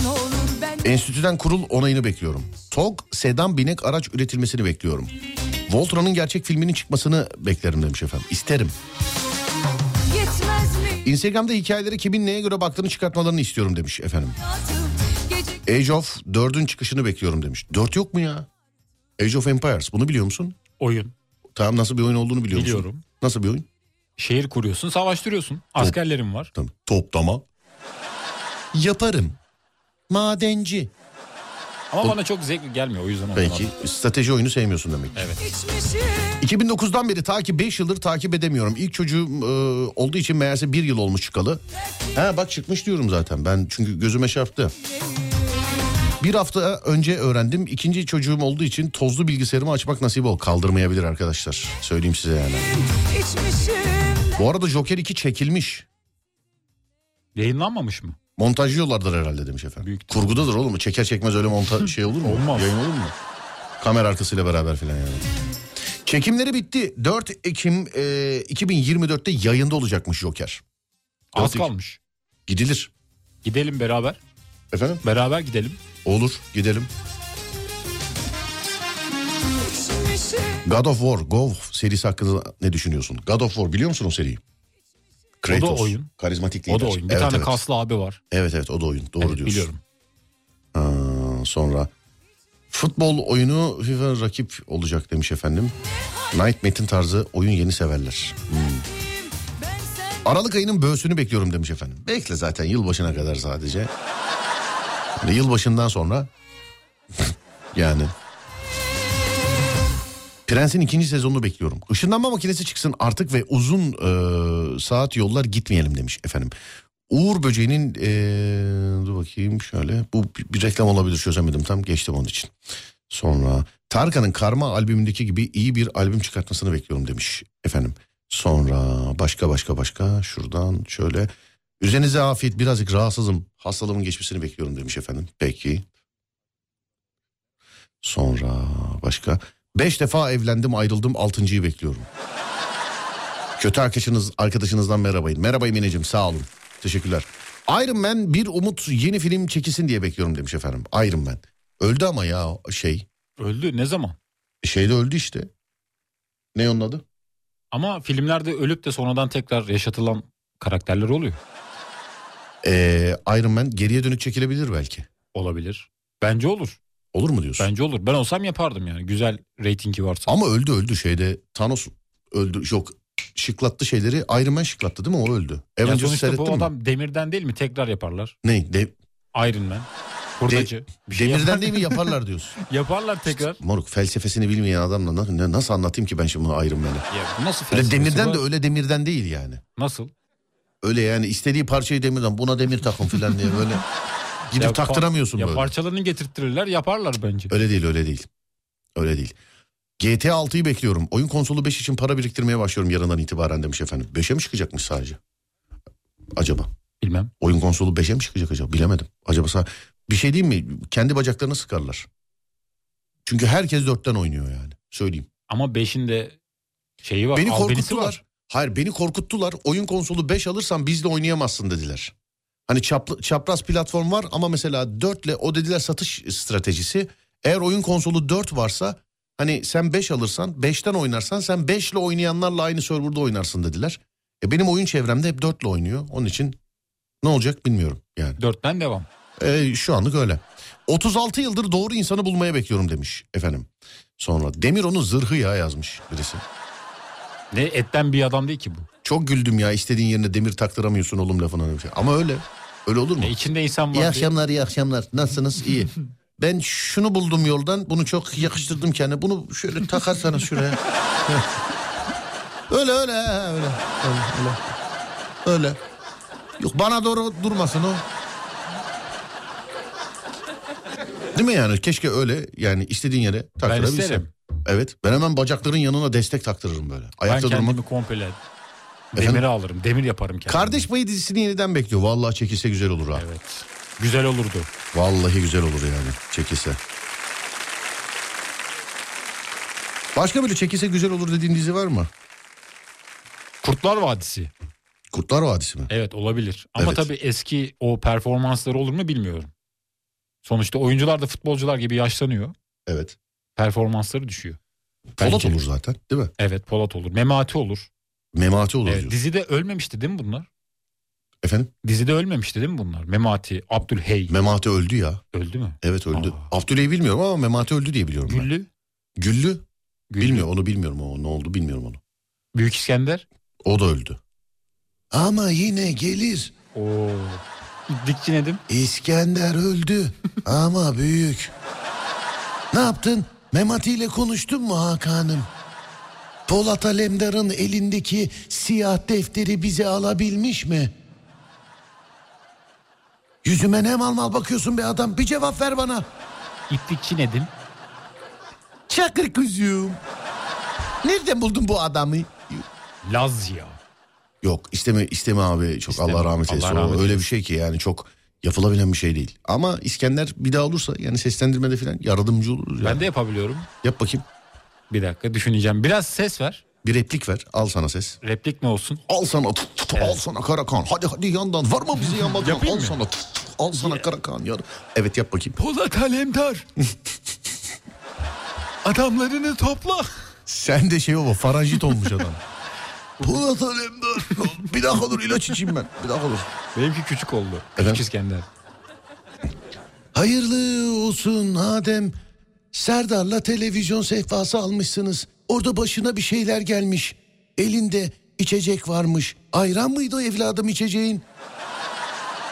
Ne olur ben Enstitüden kurul onayını bekliyorum. TOG, sedan, binek, araç üretilmesini bekliyorum. Voltron'un gerçek filminin çıkmasını beklerim demiş efendim. İsterim. yetmez mi Instagram'da hikayeleri kimin neye göre baktığını çıkartmalarını istiyorum demiş efendim. hayatım Gece Age of 4'ün çıkışını bekliyorum demiş. 4 yok mu ya? Age of Empires bunu biliyor musun? Oyun. Tamam nasıl bir oyun olduğunu biliyor musun? Biliyorum. Nasıl bir oyun? Şehir kuruyorsun, savaştırıyorsun. Askerlerin var. Tamam. Toplama. Yaparım. Madenci. Ama bana çok zevkli gelmiyor o yüzden olmadı. Peki strateji oyunu sevmiyorsun demek. içmişim 2009'dan beri takip 5 yıldır takip edemiyorum. İlk çocuğum e, olduğu için meğerse 1 yıl olmuş çıkalı. Ha bak çıkmış diyorum zaten ben çünkü gözüme çarptı. Bir hafta önce öğrendim. İkinci çocuğum olduğu için tozlu bilgisayarımı açmak nasip ol. Kaldırmayabilir arkadaşlar. Söyleyeyim size yani. içmişim Bu arada Joker 2 çekilmiş. Yayınlanmamış mı? Montajlıyorlardır herhalde demiş efendim. Büyük Kurgudadır oğlum. mu? Çeker çekmez öyle montaj şey olur mu? Olmaz. Yayın olur mu? Kamera arkasıyla beraber filan yani. Çekimleri bitti. 4 Ekim e, 2024'te yayında olacakmış Joker. Az Dört- kalmış. Gidilir. Gidelim beraber. Efendim? Beraber gidelim. Olur gidelim. içmişim God of War, Go serisi hakkında ne düşünüyorsun? God of War biliyor musun o seriyi? Kratos. oyun. Karizmatik lider. O da oyun. Bir evet, tane evet. kaslı abi var. Evet evet o da oyun. Doğru Evet, diyorsun. biliyorum. Ha, sonra futbol oyunu FIFA rakip olacak demiş efendim. Night Metin tarzı oyun yeni severler. Hmm. ben sen Aralık ayının böğsünü bekliyorum demiş efendim. Bekle zaten yılbaşına kadar sadece. Yani yılbaşından sonra yani. Prens'in ikinci sezonunu bekliyorum. Işınlanma makinesi çıksın artık ve uzun e, saat yollar gitmeyelim demiş efendim. Uğur Böceği'nin e, dur bakayım şöyle bu bir- bir reklam olabilir çözemedim tam geçtim onun için. Sonra Tarkan'ın Karma albümündeki gibi iyi bir albüm çıkartmasını bekliyorum demiş efendim. Sonra başka başka başka şuradan şöyle. Üzerinize afiyet birazcık rahatsızım. Hastalığımın geçmesini bekliyorum demiş efendim. Peki. Sonra başka. Beş defa evlendim ayrıldım altıncıyı bekliyorum. Kötü arkadaşınız, arkadaşınızdan merhabayın. Merhaba Emineciğim sağ olun. Teşekkürler. Iron Man bir umut yeni film çekilsin diye bekliyorum demiş efendim. Iron Man. Öldü ama ya şey. Öldü ne zaman? Şeyde öldü işte. Ne onun adı? Ama filmlerde ölüp de sonradan tekrar yaşatılan karakterler oluyor. Ee, Iron Man geriye dönük çekilebilir belki. Olabilir. Bence olur. Olur mu diyorsun? Bence olur. Ben olsam yapardım yani. Güzel reytingi varsa. Ama öldü öldü şeyde. Thanos öldü. Yok şıklattı şeyleri. Iron Man şıklattı değil mi? O öldü. Ya Avengers sonuçta seyrettin bu mi? adam demirden değil mi? Tekrar yaparlar. Ne? De- Iron Man. Hurdacı. bir şey demirden yapar- değil mi yaparlar diyorsun. Yaparlar tekrar. Moruk felsefesini bilmeyen adamla na- ne- nasıl anlatayım ki ben şimdi bunu Iron Man'e? Ya nasıl Öyle felsefesi demirden var? de öyle demirden değil yani. Nasıl? Öyle yani istediği parçayı demirden buna demir takın falan diye böyle gidip Ya par- taktıramıyorsun Ya böyle. parçalarını getirttirirler yaparlar bence. Öyle değil öyle değil. Öyle değil. GTA 6'yı bekliyorum. Oyun konsolu 5 için para biriktirmeye başlıyorum yarından itibaren demiş efendim. 5'e mi çıkacakmış sadece? Acaba. Bilmem. Oyun konsolu 5'e mi çıkacak acaba? Bilemedim. Acaba sa- bir şey diyeyim mi? Kendi bacaklarını sıkarlar. Çünkü herkes 4'ten oynuyor yani. Söyleyeyim. Ama 5'in de şeyi var. beni albenisi korkuttular. Hayır beni korkuttular. Oyun konsolu 5 alırsan bizle oynayamazsın dediler. Hani çaplı, çapraz platform var ama mesela 4 ile o dediler satış stratejisi. Eğer oyun konsolu 4 varsa hani sen 5 alırsan 5'ten oynarsan sen 5 ile oynayanlarla aynı serverda oynarsın dediler. E benim oyun çevremde hep 4 ile oynuyor. Onun için ne olacak bilmiyorum yani. 4'ten devam. Ee, şu anlık öyle. 36 yıldır doğru insanı bulmaya bekliyorum demiş efendim. Sonra Demir onun zırhı ya yazmış birisi. Ne etten bir adam değil ki bu. Çok güldüm ya istediğin yerine demir taktıramıyorsun oğlum lafına. demiş. Ama öyle. Öyle olur mu? E, içinde insan var. İyi diye. akşamlar, iyi akşamlar. Nasılsınız? İyi. Ben şunu buldum yoldan. Bunu çok yakıştırdım kendime. Bunu şöyle takarsanız şuraya. öyle öyle ha, öyle. Öyle, öyle. Öyle. Yok bana doğru durmasın o. Değil mi yani? Keşke öyle yani istediğin yere taktırabilsem. isterim. Evet. Ben hemen bacakların yanına destek taktırırım böyle. Ben Ayakta durmak. kendimi komple demire Efendim? alırım. Demir yaparım kendimi. Kardeş payı dizisini yeniden bekliyor. Vallahi çekilse güzel olur ha. Evet. Güzel olurdu. Vallahi güzel olur yani çekilse. Başka böyle çekilse güzel olur dediğin dizi var mı? Kurtlar Vadisi. Kurtlar Vadisi mi? Evet olabilir. Ama Evet. tabii eski o performansları olur mu bilmiyorum. Sonuçta oyuncular da futbolcular gibi yaşlanıyor. Evet. Performansları düşüyor. Polat Bence. olur zaten değil mi? Evet Polat olur. Memati olur. Memati olur Evet, diyorsun. dizide ölmemişti değil mi bunlar? Efendim? Dizide ölmemişti değil mi bunlar? Memati, Abdülhey Memati öldü ya. öldü mü? Evet öldü. Aa. Abdüley'i bilmiyorum ama Memati öldü diye biliyorum ben. Güllü, Güllü? Güllü. Bilmiyor onu bilmiyorum o ne oldu bilmiyorum onu. Büyük İskender. O da öldü. Ama yine gelir. Oo. Dikçi Nedim. İskender öldü ama büyük. Ne yaptın? Memati ile konuştun mu Hakan'ım? Polat Alemdar'ın elindeki siyah defteri bize alabilmiş mi? Yüzüme ne mal mal bakıyorsun be adam? Bir cevap ver bana. İplikçi Nedim. Çakır kuzum. Nereden buldun bu adamı? Lazya. Yok isteme isteme abi çok İsteme. Allah rahmet eylesin. Allah rahmet O öyle bir eylesin. şey ki yani çok yapılabilen bir şey değil. Ama İskender bir daha olursa yani seslendirmede falan yardımcı olur. Ben de yapabiliyorum. Yap bakayım. Bir dakika düşüneceğim. Biraz ses ver. Bir replik ver. Al sana ses. Replik ne olsun? Al sana tut tut, al sana Karakan. Hadi hadi yandan. Var mı bizi yanmadan? Yapayım al mı? sana tut tut, al sana Karakan. Yar. Evet yap bakayım. Polat Alemdar. Adamlarını topla. Sen de şey baba faranjit olmuş adam. Polat Alemdar. Bir dakika dur ilaç içeyim ben. Bir dakika dur. Benimki küçük oldu. Efendim? Küçük İskender. Hayırlı olsun Adem. Serdar'la televizyon sehpası almışsınız. Orada başına bir şeyler gelmiş. Elinde içecek varmış. Ayran mıydı o evladım içeceğin?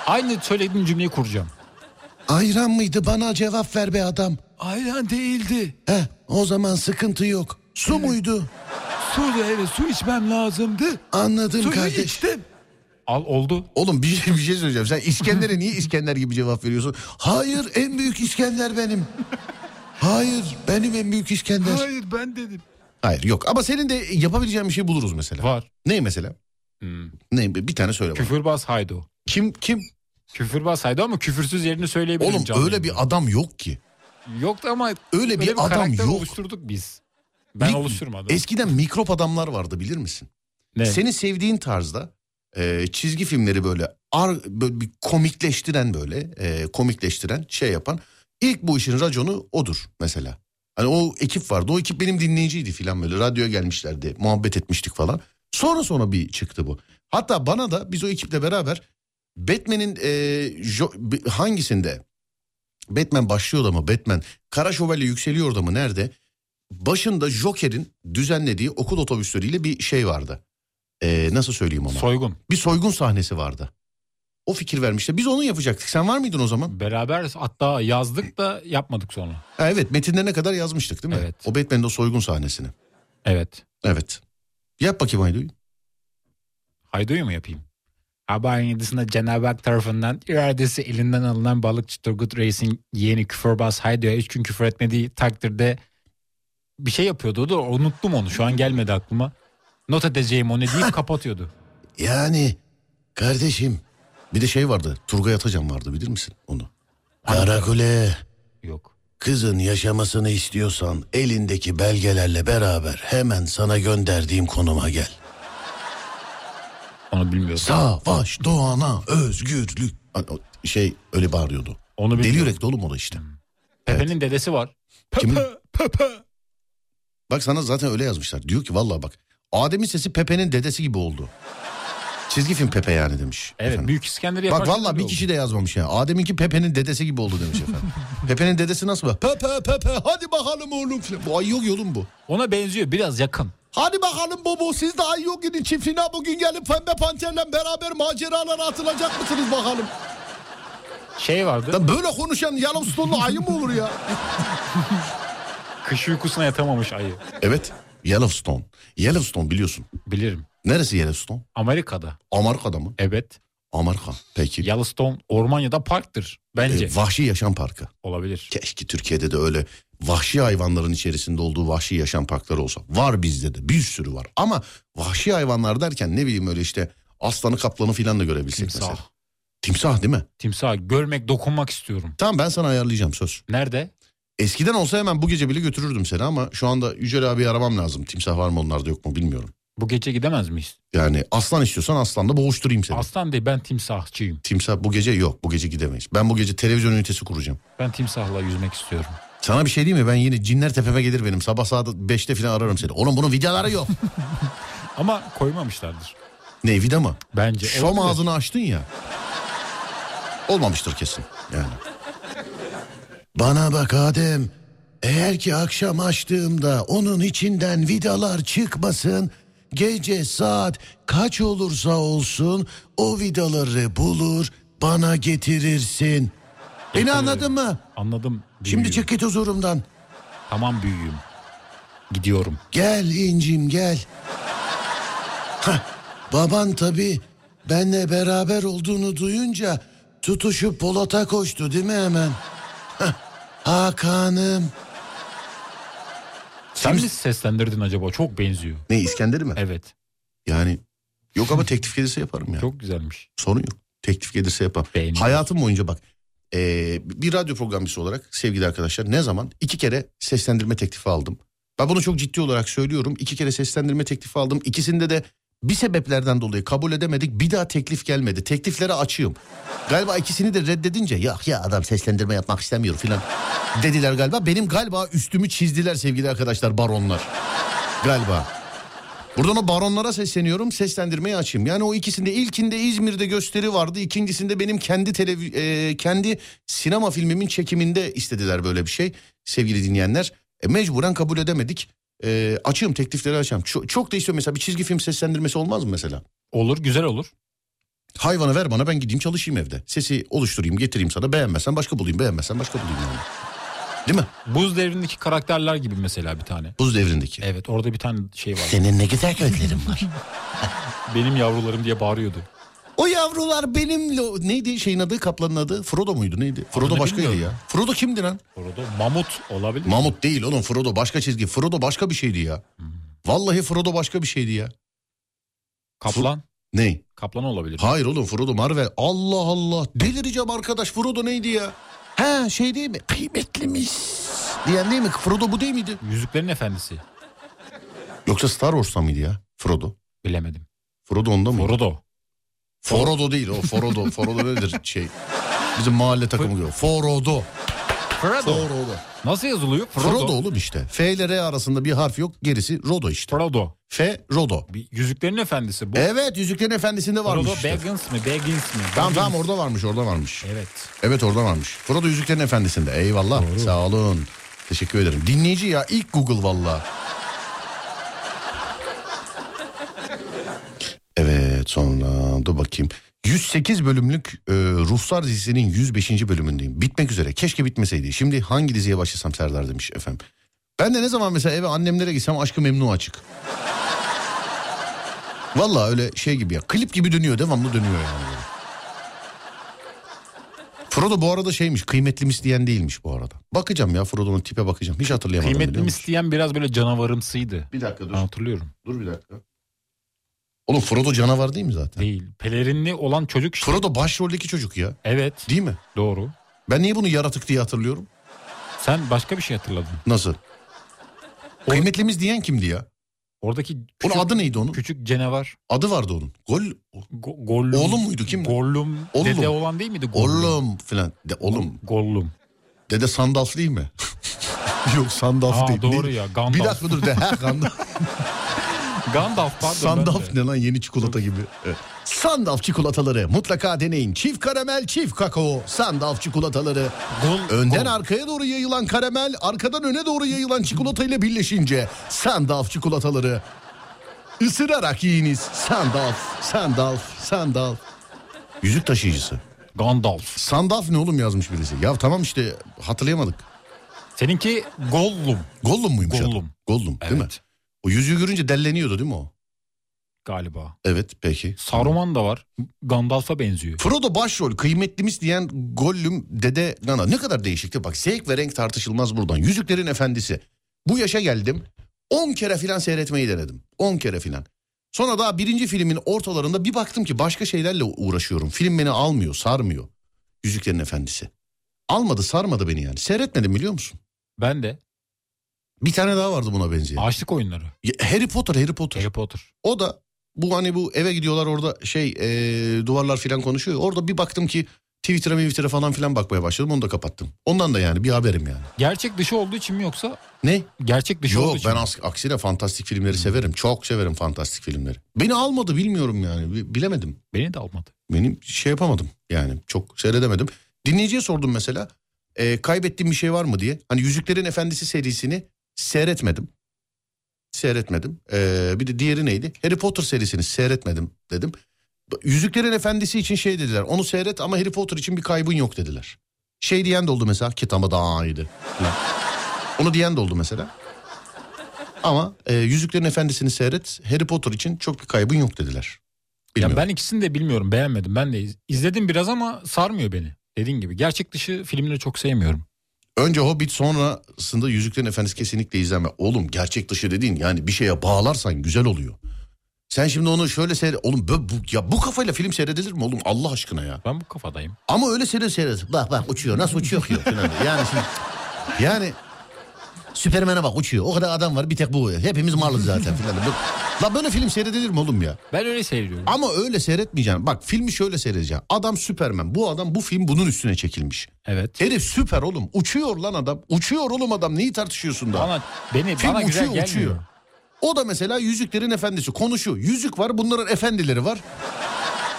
Aynı söylediğin cümleyi kuracağım. Ayran mıydı bana cevap ver be adam. Aynen değildi. He, o zaman sıkıntı yok. Su muydu? Su evet su içmem lazımdı. Anladım kardeş. Al oldu. Oğlum bir şey, bir şey söyleyeceğim. Sen İskender'e niye İskender gibi cevap veriyorsun? Hayır en büyük İskender benim. Hayır benim en büyük İskender. Hayır, ben dedim. yok ama senin de yapabileceğin bir şey buluruz mesela. Var. Ne mesela? Hmm. Ne bir tane söyle bana. Küfürbaz Haydo. Kim kim? Küfürbaz Haydo ama küfürsüz yerini söyleyebilirim. Oğlum canlı öyle yayında. bir adam yok ki. Yoktu ama öyle Öyle bir, adam karakter yok. oluşturduk biz. Ben Bir- oluşturmadım. Eskiden mikrop adamlar vardı bilir misin? ne? Senin sevdiğin tarzda e, çizgi filmleri böyle, ar, böyle bir komikleştiren böyle e, komikleştiren şey yapan ilk bu işin raconu odur mesela. Hani o ekip vardı o ekip benim dinleyiciydi filan böyle radyoya gelmişlerdi muhabbet etmiştik falan. Sonra sonra bir çıktı bu. Hatta bana da biz o ekiple beraber Batman'in e, jo- bi- hangisinde Batman başlıyor da mı Batman Kara Şövalye yükseliyor da mı nerede? Başında Joker'in düzenlediği okul otobüsleriyle bir şey vardı. Ee, nasıl söyleyeyim ama? Soygun. bir soygun sahnesi vardı. O fikir vermişler. Biz onu yapacaktık. Sen var mıydın o zaman? Beraber hatta yazdık da yapmadık sonra. Ha, evet metinlerine kadar yazmıştık değil mi? Evet. O Batman'in o soygun sahnesini. Evet. Evet. Yap bakayım Aydo'yu. Haydo'yu mu yapayım? Haber yedisinde Cenab-ı Hak tarafından iradesi elinden alınan balıkçı Turgut Reis'in yeğeni küfürbaz Haydo'ya üç gün küfür etmediği takdirde bir şey yapıyordu o da unuttum onu şu an gelmedi aklıma. Not edeceğim onu deyip kapatıyordu. Yani kardeşim. Bir de şey vardı. Turgay Atacan vardı bilir misin onu? Karakule Yok. kızın yaşamasını istiyorsan elindeki belgelerle beraber hemen sana gönderdiğim konuma gel. Onu bilmiyorum. Savaş doğana özgürlük. A- o- Şey öyle bağırıyordu. Onu Deli bilmiyorum. yürekli oğlum o da işte. Pepe'nin dedesi var. Kimin? Pepe. Bak sana zaten öyle yazmışlar. Diyor ki vallahi bak. Adem'in sesi Pepe'nin dedesi gibi oldu. Çizgi film Pepe yani demiş. Evet efendim. Büyük İskender'i Bak yaparsak vallahi öyle bir oldu. kişi de yazmamış ya. Adem'inki Pepe'nin dedesi gibi oldu demiş efendim. Pepe'nin dedesi nasıl bak? Pepe Pepe hadi bakalım oğlum. filan. Bu ay yok yolum bu. Ona benziyor biraz yakın. Hadi bakalım Bobo siz de ay yok gidin çiftliğine bugün gelip pembe panterle beraber maceralara atılacak mısınız bakalım? Şey vardı. Ya böyle konuşan yalan stonlu ayı mı olur ya? Kış uykusuna yatamamış ayı. Evet. Yellowstone. Yellowstone biliyorsun. Bilirim. Neresi Yellowstone? Amerika'da. Amerika'da mı? Evet. Amerika. Peki. Yellowstone orman ya da parktır. Bence. Ee, vahşi yaşam parkı. Olabilir. Keşke Türkiye'de de öyle vahşi hayvanların içerisinde olduğu vahşi yaşam parkları olsa. Var bizde de bir sürü var. Ama vahşi hayvanlar derken ne bileyim öyle işte aslanı kaplanı filan da görebilsek Timsah. mesela. Timsah değil mi? Timsah. Görmek, dokunmak istiyorum. Tamam ben sana ayarlayacağım söz. Nerede? Eskiden olsa hemen bu gece bile götürürdüm seni ama şu anda Yücel abi aramam lazım. Timsah var mı onlarda yok mu bilmiyorum. Bu gece gidemez miyiz? Yani aslan istiyorsan aslanda boğuşturayım seni. Aslan değil ben timsahçıyım. Timsah bu gece yok bu gece gidemeyiz. Ben bu gece televizyon ünitesi kuracağım. Ben timsahla yüzmek istiyorum. Sana bir şey diyeyim mi ben yine cinler tepeme gelir benim. Sabah saat 5'te falan ararım seni. Oğlum bunun vidaları yok. Ama koymamışlardır. ne vida mı? Bence. Şom Olabilir. ağzını açtın ya. Olmamıştır kesin yani. Bana bak Adem. Eğer ki akşam açtığımda onun içinden vidalar çıkmasın. Gece saat kaç olursa olsun o vidaları bulur bana getirirsin. Beni anladın mı? Anladım. Şimdi büyüğüm. çık git huzurumdan. Tamam büyüğüm. Gidiyorum. Gel incim gel. Hah, baban tabi benle beraber olduğunu duyunca tutuşup Polat'a koştu değil mi hemen? Hah, Hakan'ım. Sen mi seslendirdin acaba? Çok benziyor. Ne İskender'i mi? Evet. Yani yok ama teklif gelirse yaparım ya. Çok güzelmiş. Sorun yok. Teklif gelirse yaparım. Beğeniyorum. Hayatım boyunca bak ee, bir radyo programcısı olarak sevgili arkadaşlar ne zaman iki kere seslendirme teklifi aldım. Ben bunu çok ciddi olarak söylüyorum. İki kere seslendirme teklifi aldım. İkisinde de bir sebeplerden dolayı kabul edemedik. Bir daha teklif gelmedi. Tekliflere açığım. Galiba ikisini de reddedince ya ya adam seslendirme yapmak istemiyor filan dediler galiba. Benim galiba üstümü çizdiler sevgili arkadaşlar baronlar. Galiba. Buradan o baronlara sesleniyorum seslendirmeyi açayım. Yani o ikisinde ilkinde İzmir'de gösteri vardı. ikincisinde benim kendi televi- e, kendi sinema filmimin çekiminde istediler böyle bir şey sevgili dinleyenler. E, mecburen kabul edemedik. E, açığım teklifleri açayım. Çok, çok da istiyorum mesela bir çizgi film seslendirmesi olmaz mı mesela? Olur güzel olur. Hayvanı ver bana ben gideyim çalışayım evde. Sesi oluşturayım getireyim sana beğenmezsen başka bulayım beğenmezsen başka bulayım yani. Değil mi? Buz devrindeki karakterler gibi mesela bir tane. Buz devrindeki. Evet orada bir tane şey var. Senin ne güzel gözlerin var. Benim yavrularım diye bağırıyordu. O yavrular benimle neydi şeyin adı kaplanın adı Frodo muydu neydi? Frodo Adını başkaydı ya. bilmiyorum. Frodo kimdi lan? Orada mamut olabilir. Mamut değil oğlum Frodo başka çizgi. Frodo başka bir şeydi ya. Vallahi Frodo başka bir şeydi ya. Kaplan. Ne? Kaplan olabilir. Hayır oğlum Frodo Marvel. Allah Allah. Delireceğim arkadaş Frodo neydi ya? He şey değil mi? Kıymetlimiz. Diyen değil mi? Frodo bu değil miydi? Yüzüklerin Efendisi. Yoksa Star Wars'ta mıydı ya? Frodo. Bilemedim. Frodo onda mıydı? Borudo. Frodo değil o Frodo. Frodo nedir şey? Bizim mahalle takımı gibi. Frodo. Frodo. Frodo. Nasıl yazılıyor? Frodo. oğlum işte. F ile R arasında bir harf yok. Gerisi Rodo işte. Frodo. F Rodo. Bir Yüzüklerin Efendisi bu. Evet Yüzüklerin Efendisi'nde varmış Frodo E, işte. Baggins mi? Baggins mi? Tamam Baggins. tamam orada varmış orada varmış. Evet. Evet orada varmış. Frodo Yüzüklerin Efendisi'nde. Eyvallah sağ olun. Teşekkür ederim. Dinleyici ya ilk Google valla. Evet sonra dur bakayım. 108 bölümlük e, Ruhsar dizisinin 105. bölümündeyim. Bitmek üzere. Keşke bitmeseydi. Şimdi hangi diziye başlasam Serdar demiş efendim. Ben de ne zaman mesela eve annemlere gitsem aşkı memnu açık. Valla öyle şey gibi ya. Klip gibi dönüyor. Devamlı dönüyor yani. böyle. Frodo bu arada şeymiş. Kıymetlimiz diyen değilmiş bu arada. Bakacağım ya Frodo'nun tipe bakacağım. Hiç hatırlayamadım. biliyor Kıymetli musun? isteyen biraz böyle canavarımsıydı. Bir dakika dur. Ben hatırlıyorum. Dur bir dakika. Oğlum Frodo canavar değil mi zaten? Değil. Pelerinli olan çocuk işte. Frodo başroldeki çocuk ya. Evet. Değil mi? Doğru. Ben niye bunu yaratık diye hatırlıyorum? Sen başka bir şey hatırladın. Nasıl? Kıymetlimiz diyen kimdi ya? Oradaki Onun küçük, adı neydi onun? küçük canavar. Adı vardı onun. Gol Go- Gollum. Oğlum muydu, kimdi? Gollum. Oğlum. Dede olan değil miydi? Gollum. Oğlum filan. De, oğlum. Gollum. Dede Sandalf değil mi? Yok Sandalf Aa, değil. doğru Ne- ya, Gandalf. Bir dakika dur. De, ha, Gandalf. Gandalf pardon. Sandalf ben de. ne lan yeni çikolata gibi. Evet. Sandalf çikolataları mutlaka deneyin. Çift karamel, çift kakao. Sandalf çikolataları. Gol- Önden gol. arkaya doğru yayılan karamel, arkadan öne doğru yayılan çikolata ile birleşince Sandalf çikolataları. Isırarak yiyiniz. Sandalf, Sandalf, Sandalf. Yüzük taşıyıcısı. Gandalf. Sandalf ne oğlum yazmış birisi. Ya tamam işte hatırlayamadık. Seninki Gollum Gollum muymuş adı? Gollum. Gollum değil mi? Evet. O yüzüğü görünce delleniyordu değil mi o? galiba. Evet peki. Saruman da var. Gandalf'a benziyor. Frodo başrol kıymetlimiz diyen Gollum dede Nana ne kadar değişikti bak zevk ve renk tartışılmaz buradan yüzüklerin efendisi bu yaşa geldim 10 kere filan seyretmeyi denedim 10 kere filan sonra daha birinci filmin ortalarında bir baktım ki başka şeylerle uğraşıyorum film beni almıyor sarmıyor yüzüklerin efendisi almadı sarmadı beni yani seyretmedim biliyor musun Ben de. bir tane daha vardı buna benzeyen Açlık oyunları. Ya, Harry Potter Harry Potter Harry Potter. o da bu hani bu eve gidiyorlar orada şey ee, duvarlar filan konuşuyor. Orada bir baktım ki Twitter'a Twitter'a falan filan bakmaya başladım onu da kapattım. Ondan da yani bir haberim yani. Gerçek dışı olduğu için mi yoksa? Ne? Gerçek dışı Yok olduğu için ben mi? as- aksine fantastik filmleri severim. Çok severim fantastik filmleri. Beni almadı bilmiyorum yani bi- bilemedim. Beni de almadı. Benim şey yapamadım yani çok seyredemedim. Dinleyiciye sordum mesela e, kaybettiğim bir şey var mı diye. Hani Yüzüklerin Efendisi serisini seyretmedim. Seyretmedim. E, bir de diğeri neydi? Harry Potter serisini seyretmedim dedim. B- Yüzüklerin Efendisi için şey dediler. Onu seyret ama Harry Potter için bir kaybın yok dediler. Şey diyen de oldu mesela kitaba daha iyiydi. falan. Onu diyen de oldu mesela. Ama e, Yüzüklerin Efendisi'ni seyret Harry Potter için çok bir kaybın yok dediler. Bilmiyorum. Ya ben ikisini de bilmiyorum. Beğenmedim. Ben de iz- izledim biraz ama sarmıyor beni. Dediğin gibi. Gerçek dışı filmleri çok sevmiyorum. Önce Hobbit sonrasında Yüzüklerin Efendisi kesinlikle izleme. Oğlum gerçek dışı dediğin yani bir şeye bağlarsan güzel oluyor. Sen şimdi onu şöyle seyret... Oğlum bu, bu- ya bu kafayla film seyredilir mi oğlum Allah aşkına ya? Ben bu kafadayım. Ama öyle seyret seyret. Bak bak uçuyor nasıl uçuyor ki? Falan. Yani şimdi... Yani... Süpermen'e bak uçuyor. O kadar adam var bir tek bu. Hepimiz malız zaten filan. Bu- La böyle film seyredilir mi oğlum ya? Ben öyle seviyorum. Ama öyle seyretmeyeceksin. Bak filmi şöyle seyredeceksin. Adam Süpermen. Bu adam bu film bunun üstüne çekilmiş. Evet. Herif süper oğlum. Uçuyor lan adam. Uçuyor oğlum adam. Neyi tartışıyorsun da? Bana, beni, Film bana güzel uçuyor gelmiyor. uçuyor. O da mesela Yüzüklerin Efendisi konuşuyor. Yüzük var bunların efendileri var.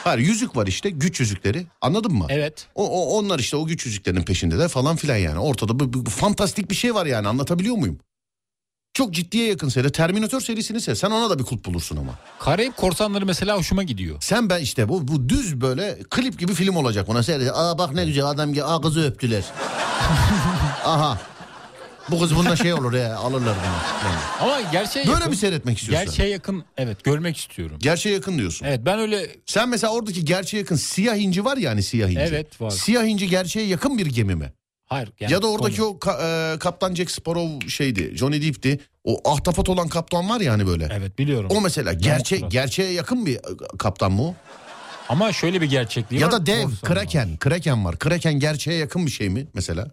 Hayır yüzük var işte güç yüzükleri anladın mı? Evet. O, o- onlar işte o güç yüzüklerinin peşindeler falan filan yani. Ortada bu, bu- bu fantastik bir şey var yani anlatabiliyor muyum? Çok ciddiye yakın seri. Terminator serisini sev. Sen ona da bir kulp bulursun ama. Karayip korsanları mesela hoşuma gidiyor. Sen ben işte bu bu düz böyle klip gibi film olacak ona seyredecek. Aa bak ne güzel adam gibi aa kızı öptüler. Aha. Bu kız bunda şey olur ya alırlar bunu. Yani. Ama gerçeğe Böyle şey yakın. mi seyretmek istiyorsun? Gerçeğe yakın. Evet görmek istiyorum. Gerçeğe yakın diyorsun. Evet ben öyle Sen mesela oradaki gerçeğe yakın siyah inci var ya hani siyah inci. Evet, var. Siyah inci gerçeğe yakın bir gemi mi? hayır. yani ya da oradaki konu- o ka- e, kaptan Jack Sparrow şeydi Johnny Depp'ti. O ahtapot olan kaptan var ya hani böyle. Evet biliyorum. O mesela gerçe Kral. gerçeğe yakın bir e, kaptan mı o? Ama şöyle bir gerçekliği Ya var. da dev, Korsan var. kraken, kraken var. Kraken gerçeğe yakın bir şey mi mesela?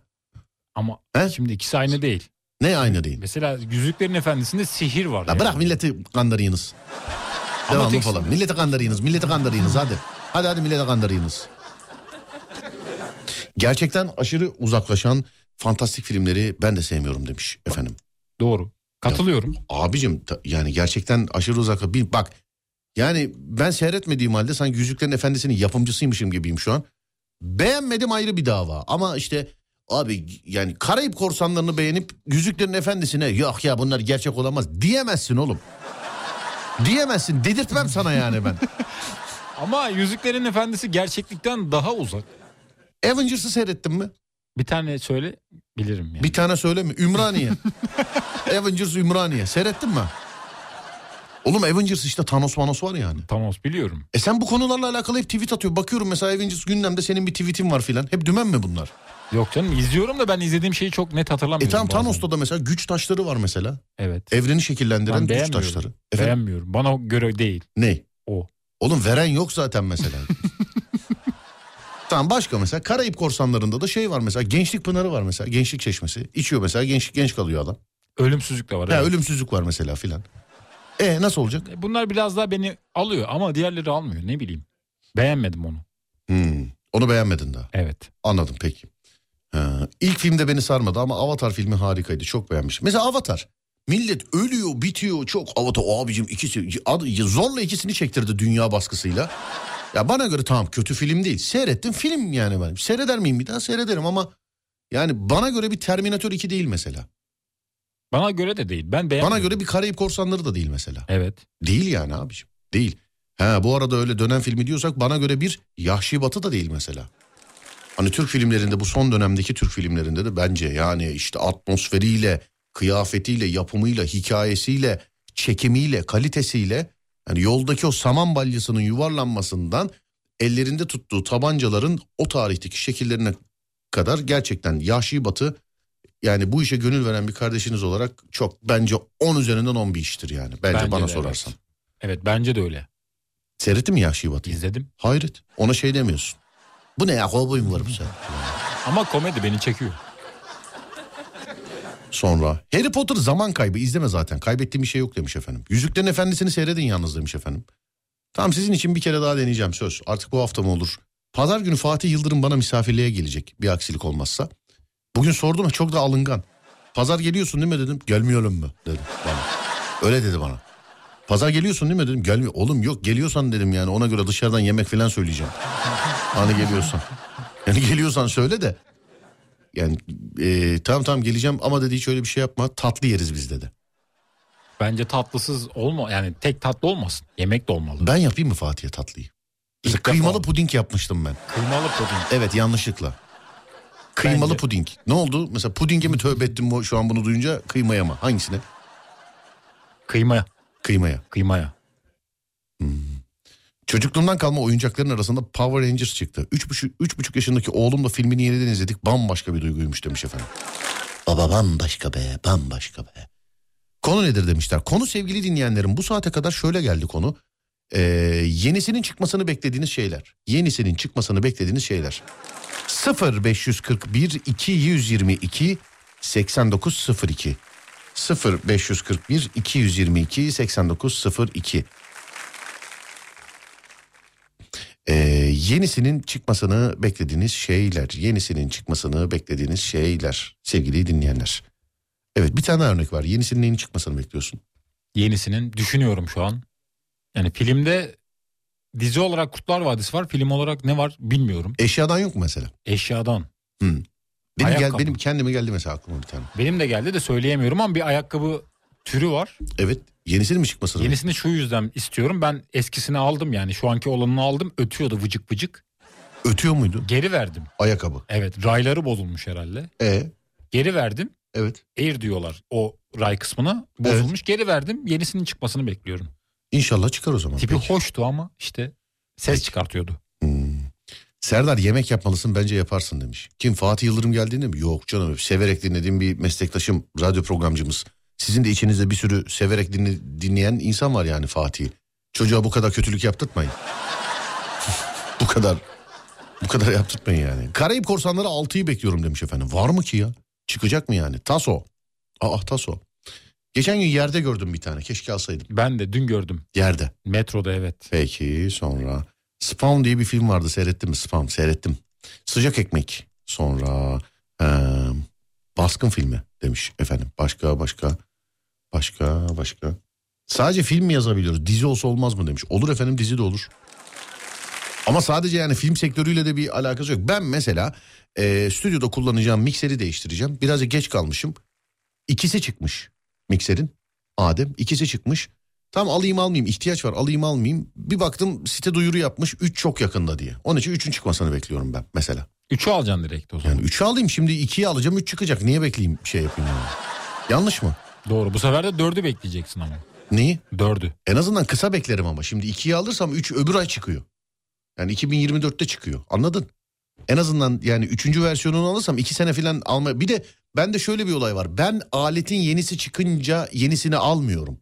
Ama He? şimdi ikisi aynı değil. Ne aynı değil. Mesela Yüzüklerin Efendisi'nde sihir var. Ya yani. bırak milleti kandırıyınız. Ee. Ama Devamlı tek- falan. Milleti kandırıyınız, milleti kandırıyınız hadi. Hadi hadi milleti kandırıyınız. Gerçekten aşırı uzaklaşan fantastik filmleri ben de sevmiyorum demiş efendim. Doğru. Katılıyorum. Abicim ta- yani gerçekten aşırı uzakla bir bak yani ben seyretmediğim halde sanki Yüzüklerin Efendisi'nin yapımcısıymışım gibiyim şu an. Beğenmedim ayrı bir dava ama işte abi yani Karayip Korsanlarını beğenip Yüzüklerin Efendisi'ne yok ya bunlar gerçek olamaz diyemezsin oğlum. Diyemezsin dedirtmem sana yani ben. Ama Yüzüklerin Efendisi gerçeklikten daha uzak. Avengers'ı seyrettin mi? Bir tane söyle bilirim yani. Bir tane söyle mi? Ümraniye. Avengers Ümraniye. Seyrettin mi? Oğlum Avengers işte Thanos Manos var hani. yani. Thanos biliyorum. E sen bu konularla alakalı hep tweet atıyor. Bakıyorum mesela Avengers gündemde senin bir tweetin var filan. Hep dümen mi bunlar? Yok canım izliyorum da ben izlediğim şeyi çok net E hatırlamıyorum. tamam bazen. Thanos'ta da mesela güç taşları var mesela. Evet. Evreni Ben şekillendiren güç beğenmiyorum. taşları. Efendim Beğenmiyorum. Bana göre değil. ne? O. Oğlum veren yok zaten mesela. tamam başka mesela Karayip Korsanları'nda da şey var mesela. Gençlik Pınarı var mesela. Gençlik Çeşmesi. İçiyor mesela genç, genç kalıyor adam. Ölümsüzlük de var. Ha, evet. ölümsüzlük var mesela filan. E nasıl olacak? E, Bunlar biraz daha beni alıyor ama diğerleri almıyor. Ne bileyim. Beğenmedim onu. Hmm, onu beğenmedin daha. Evet. Anladım peki. Ha, ilk filmde beni sarmadı ama Avatar filmi harikaydı. Çok beğenmişim. Mesela Avatar. Millet ölüyor, bitiyor. Çok Avatar abicim ikisi ad- zorla ikisini çektirdi dünya baskısıyla. Ya bana göre tamam kötü film değil. Seyrettim film yani ben. Seyreder miyim bir daha? Seyrederim ama yani bana göre bir Terminator 2 değil mesela. Bana göre de değil. Ben beğenmedim. Bana göre bir Karayip Korsanları da değil mesela. Evet. Değil yani abiciğim. Değil. Ha bu arada öyle dönem filmi diyorsak bana göre bir Yahşi Batı da değil mesela. Hani Türk filmlerinde bu son dönemdeki Türk filmlerinde de bence yani işte atmosferiyle, kıyafetiyle, yapımıyla, hikayesiyle, çekimiyle, kalitesiyle yani yoldaki o saman balyasının yuvarlanmasından ellerinde tuttuğu tabancaların o tarihteki şekillerine kadar gerçekten Yahşi Batı yani bu işe gönül veren bir kardeşiniz olarak çok bence 10 üzerinden 10 bir iştir yani. Bence, Bence de, bana sorarsan. Evet. Evet, bence de öyle. Seyrettin mi Yahşi Batı'yı? İzledim. Hayret. Ona şey demiyorsun. Bu ne ya kovboyum var bu sefer. Ama komedi beni çekiyor. Sonra Harry Potter zaman kaybı izleme zaten. Kaybettiğim bir şey yok demiş efendim. Yüzüklerin Efendisi'ni seyredin yalnız demiş efendim. Tamam sizin için bir kere daha deneyeceğim söz. Artık bu hafta mı olur? Pazar günü Fatih Yıldırım bana misafirliğe gelecek bir aksilik olmazsa. Bugün sordum çok da alıngan. Pazar geliyorsun değil mi dedim. Gelmiyorum mu dedi bana. Öyle dedi bana. Pazar geliyorsun değil mi dedim. Gelmiyor. Oğlum yok geliyorsan dedim yani ona göre dışarıdan yemek falan söyleyeceğim. Hani geliyorsan. Yani geliyorsan söyle de. Yani e, tamam tamam geleceğim ama dedi hiç öyle bir şey yapma tatlı yeriz biz dedi. Bence tatlısız olma yani tek tatlı olmasın. Yemek de olmalı. Ben yapayım mı Fatih'e tatlıyı? Mesela İlk defa kıymalı oldu. puding yapmıştım ben. Kıymalı puding. Evet yanlışlıkla. Kıymalı Bence- puding. Ne oldu? Mesela pudinge mi tövbe ettim bu, şu an bunu duyunca kıymaya mı? Hangisine? Kıyma. Kıymaya. Kıymaya. Çocukluğumdan kalma oyuncakların arasında Power Rangers çıktı. Üç buçuk, üç buçuk yaşındaki oğlumla filmini yeniden izledik. Bambaşka bir duyguymuş demiş efendim. Baba bambaşka be bambaşka be. Konu nedir demişler. Konu sevgili dinleyenlerim bu saate kadar şöyle geldi konu. Ee, yenisinin çıkmasını beklediğiniz şeyler. Yenisinin çıkmasını beklediğiniz şeyler. 0541 222 8902 0541 222 8902 Ee, yenisinin çıkmasını beklediğiniz şeyler. Yenisinin çıkmasını beklediğiniz şeyler sevgili dinleyenler. Evet bir tane daha örnek var. Yenisinin neyin çıkmasını bekliyorsun? Yenisinin düşünüyorum şu an. Yani filmde dizi olarak Kurtlar Vadisi var. Film olarak ne var bilmiyorum. Eşyadan yok mu mesela? Eşyadan. Benim, gel, Ayakkabı. benim kendime geldi mesela aklıma bir tane. Benim de geldi de söyleyemiyorum ama bir ayakkabı türü var. Evet yenisinin mi çıkmasını? bekliyorsun? Yenisini şu yüzden istiyorum. Ben eskisini aldım yani şu anki olanını aldım. Ötüyordu vıcık vıcık. Ötüyor muydu Geri verdim. ayakkabı? Evet rayları bozulmuş herhalde. E Geri verdim. evet. Air diyorlar o ray kısmına. Bozulmuş geri verdim. Yenisinin çıkmasını bekliyorum. İnşallah çıkar o zaman. Tipi Peki. hoştu ama işte ses çıkartıyordu. Hmm. Serdar yemek yapmalısın bence yaparsın demiş. Kim Fatih Yıldırım geldiğinde mi? Yok canım severek dinlediğim bir meslektaşım radyo programcımız. Sizin de içinizde bir sürü severek dinle- dinleyen insan var yani Fatih'i. Çocuğa bu kadar kötülük yaptırtmayın. bu kadar bu kadar yaptırtmayın yani. Karayip Korsanları 6'yı bekliyorum demiş efendim. Var mı ki ya? Çıkacak mı yani? Taso. Aa Taso. Geçen gün yerde gördüm bir tane. Keşke alsaydım. Ben de dün gördüm. Yerde. Metroda evet. Peki sonra Spawn diye bir film vardı seyrettim mi? Spawn seyrettim. Sıcak ekmek. Sonra eee, baskın filmi demiş efendim. Başka başka başka başka. Sadece film mi yazabiliyoruz? Dizi olsa olmaz mı demiş. Olur efendim dizi de olur. Ama sadece yani film sektörüyle de bir alakası yok. Ben mesela eee, stüdyoda kullanacağım mikseri değiştireceğim. Birazcık geç kalmışım. İkisi çıkmış mikserin. Adem ikisi çıkmış. Tam alayım almayayım ihtiyaç var alayım almayayım. Bir baktım site duyuru yapmış 3 çok yakında diye. Onun için 3'ün çıkmasını bekliyorum ben mesela. Üçü alacaksın direkt o zaman. Yani 3'ü alayım şimdi 2'yi alacağım 3 çıkacak. Niye bekleyeyim şey yapayım yani. Yanlış mı? Doğru. Bu sefer de dördü bekleyeceksin ama. Neyi? Dördü. En azından kısa beklerim ama. Şimdi 2'yi alırsam 3 öbür ay çıkıyor. Yani 2024'te çıkıyor. Anladın? En azından yani 3. versiyonunu alırsam 2 sene falan alma. Bir de bende şöyle bir olay var. Ben aletin yenisi çıkınca yenisini almıyorum.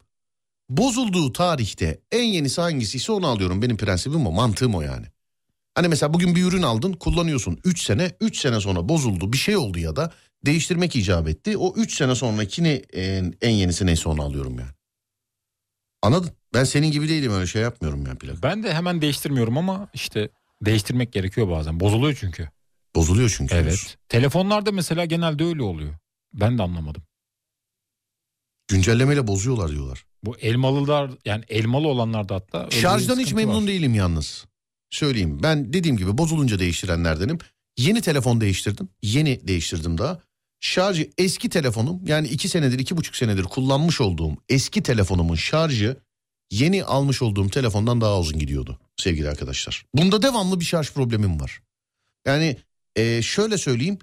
Bozulduğu tarihte en yenisi hangisiyse onu alıyorum. Benim prensibim o, mantığım o yani. Hani mesela bugün bir ürün aldın, kullanıyorsun 3 sene, 3 sene sonra bozuldu, bir şey oldu ya da değiştirmek icap etti. O 3 sene sonrakini en, en yenisi neyse onu alıyorum yani. Anladın? Ben senin gibi değilim öyle şey yapmıyorum yani plak. Ben de hemen değiştirmiyorum ama işte değiştirmek gerekiyor bazen. Bozuluyor çünkü. Bozuluyor çünkü. diyorsun. Evet. Telefonlarda mesela genelde öyle oluyor. Ben de anlamadım. Güncellemeyle bozuyorlar diyorlar. Bu elmalılar yani elmalı olanlarda hatta. öyle bir Şarjdan hiç sıkıntı memnun var. değilim yalnız. Söyleyeyim ben dediğim gibi bozulunca değiştirenlerdenim. Yeni telefon değiştirdim. Yeni değiştirdim daha. Şarjı eski telefonum yani iki senedir iki buçuk senedir kullanmış olduğum eski telefonumun şarjı yeni almış olduğum telefondan daha uzun gidiyordu sevgili arkadaşlar. Bunda devamlı bir şarj problemim var. Yani e, Ee, şöyle söyleyeyim.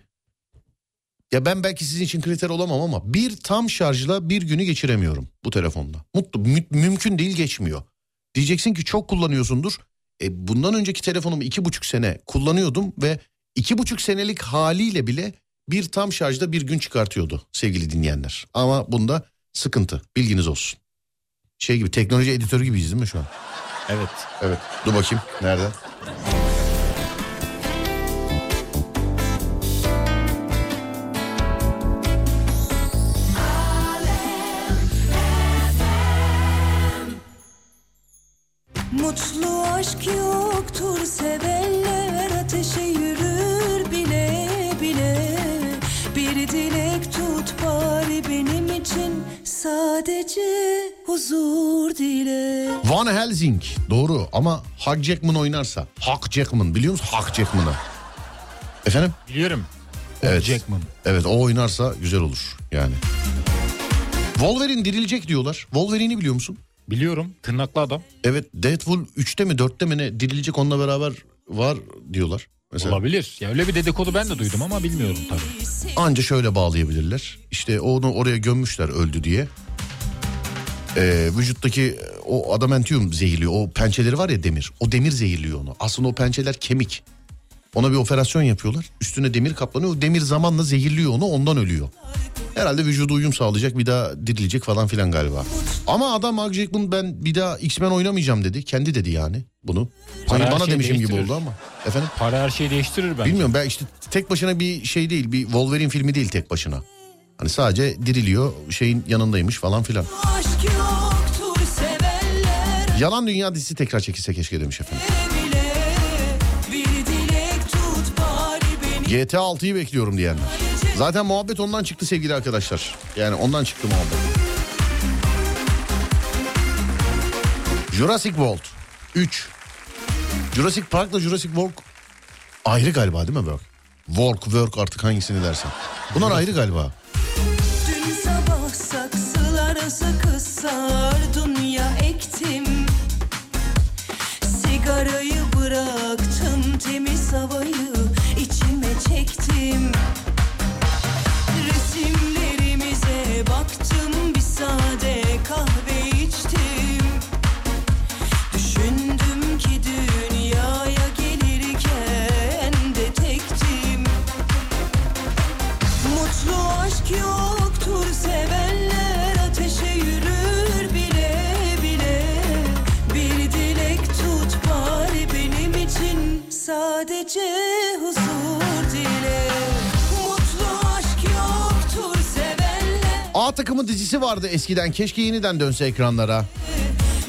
Ya ben belki sizin için kriter olamam ama bir tam şarjla bir günü geçiremiyorum bu telefonda. Mutlu mü- mümkün değil geçmiyor. Diyeceksin ki çok kullanıyorsundur. E, bundan önceki telefonumu iki buçuk sene kullanıyordum ve iki buçuk senelik haliyle bile bir tam şarjda bir gün çıkartıyordu sevgili dinleyenler. Ama bunda sıkıntı bilginiz olsun. Şey gibi teknoloji editörü gibiyiz değil mi şu an? Evet. Evet dur bakayım nerede? Mutlu aşk yoktur sevenler ateşe yürür bile bile Bir dilek tut bari benim için sadece huzur dile Van Helsing doğru ama Hugh Jackman oynarsa. Hugh Jackman biliyor musun Hugh Jackman'ı? Efendim? Biliyorum. Evet. Jackman. Evet o oynarsa güzel olur yani. Wolverine dirilecek diyorlar. Wolverine'i biliyor musun? Biliyorum. Tırnaklı adam. Evet Deadpool 3'te mi 4'te mi ne dirilecek onunla beraber var diyorlar. Mesela Olabilir. Ya öyle bir dedikodu ben de duydum ama bilmiyorum tabii. anca şöyle bağlayabilirler. İşte onu oraya gömmüşler öldü diye. Ee, vücuttaki o adamantium zehirliyor. O pençeleri var ya demir. O demir zehirliyor onu. Aslında o pençeler kemik. Ona bir operasyon yapıyorlar. Üstüne demir kaplanıyor. O demir zamanla zehirliyor onu. Ondan ölüyor. Herhalde vücuda uyum sağlayacak bir daha dirilecek falan filan galiba. Ama adam Hugh Jackman ben bir daha X-Men oynamayacağım dedi. Kendi dedi yani bunu. Hani her bana şeyi demişim gibi değiştirir. oldu ama. Efendim? Para her şeyi değiştirir bence. Bilmiyorum ben işte tek başına bir şey değil bir Wolverine filmi değil tek başına. Hani sadece diriliyor şeyin yanındaymış falan filan. Aşk yoktur sevenler Yalan Dünya dizisi tekrar çekilse keşke demiş efendim. bile Bir dilek tut bari benim GTA 6'yı bekliyorum diyenler. Zaten muhabbet ondan çıktı sevgili arkadaşlar. Yani ondan çıktı muhabbet. Jurassic World 3. Jurassic Park'la Jurassic World ayrı galiba değil mi Work? Work, work artık hangisini dersen. Bunlar ayrı galiba. Dün sabah saksılara sakız sardunya ektim Sigarayı bıraktım temiz havayı içime çektim Resimlerimize baktım bir sade kahve içtim Düşündüm ki dünyaya gelirken de tektim Mutlu aşk yoktur sevenler ateşe yürür bile bile Bir dilek tut bari benim için sadece huzur dile Mutlu aşk yoktur sevenler A takımı dizisi vardı eskiden. Keşke yeniden dönse ekranlara.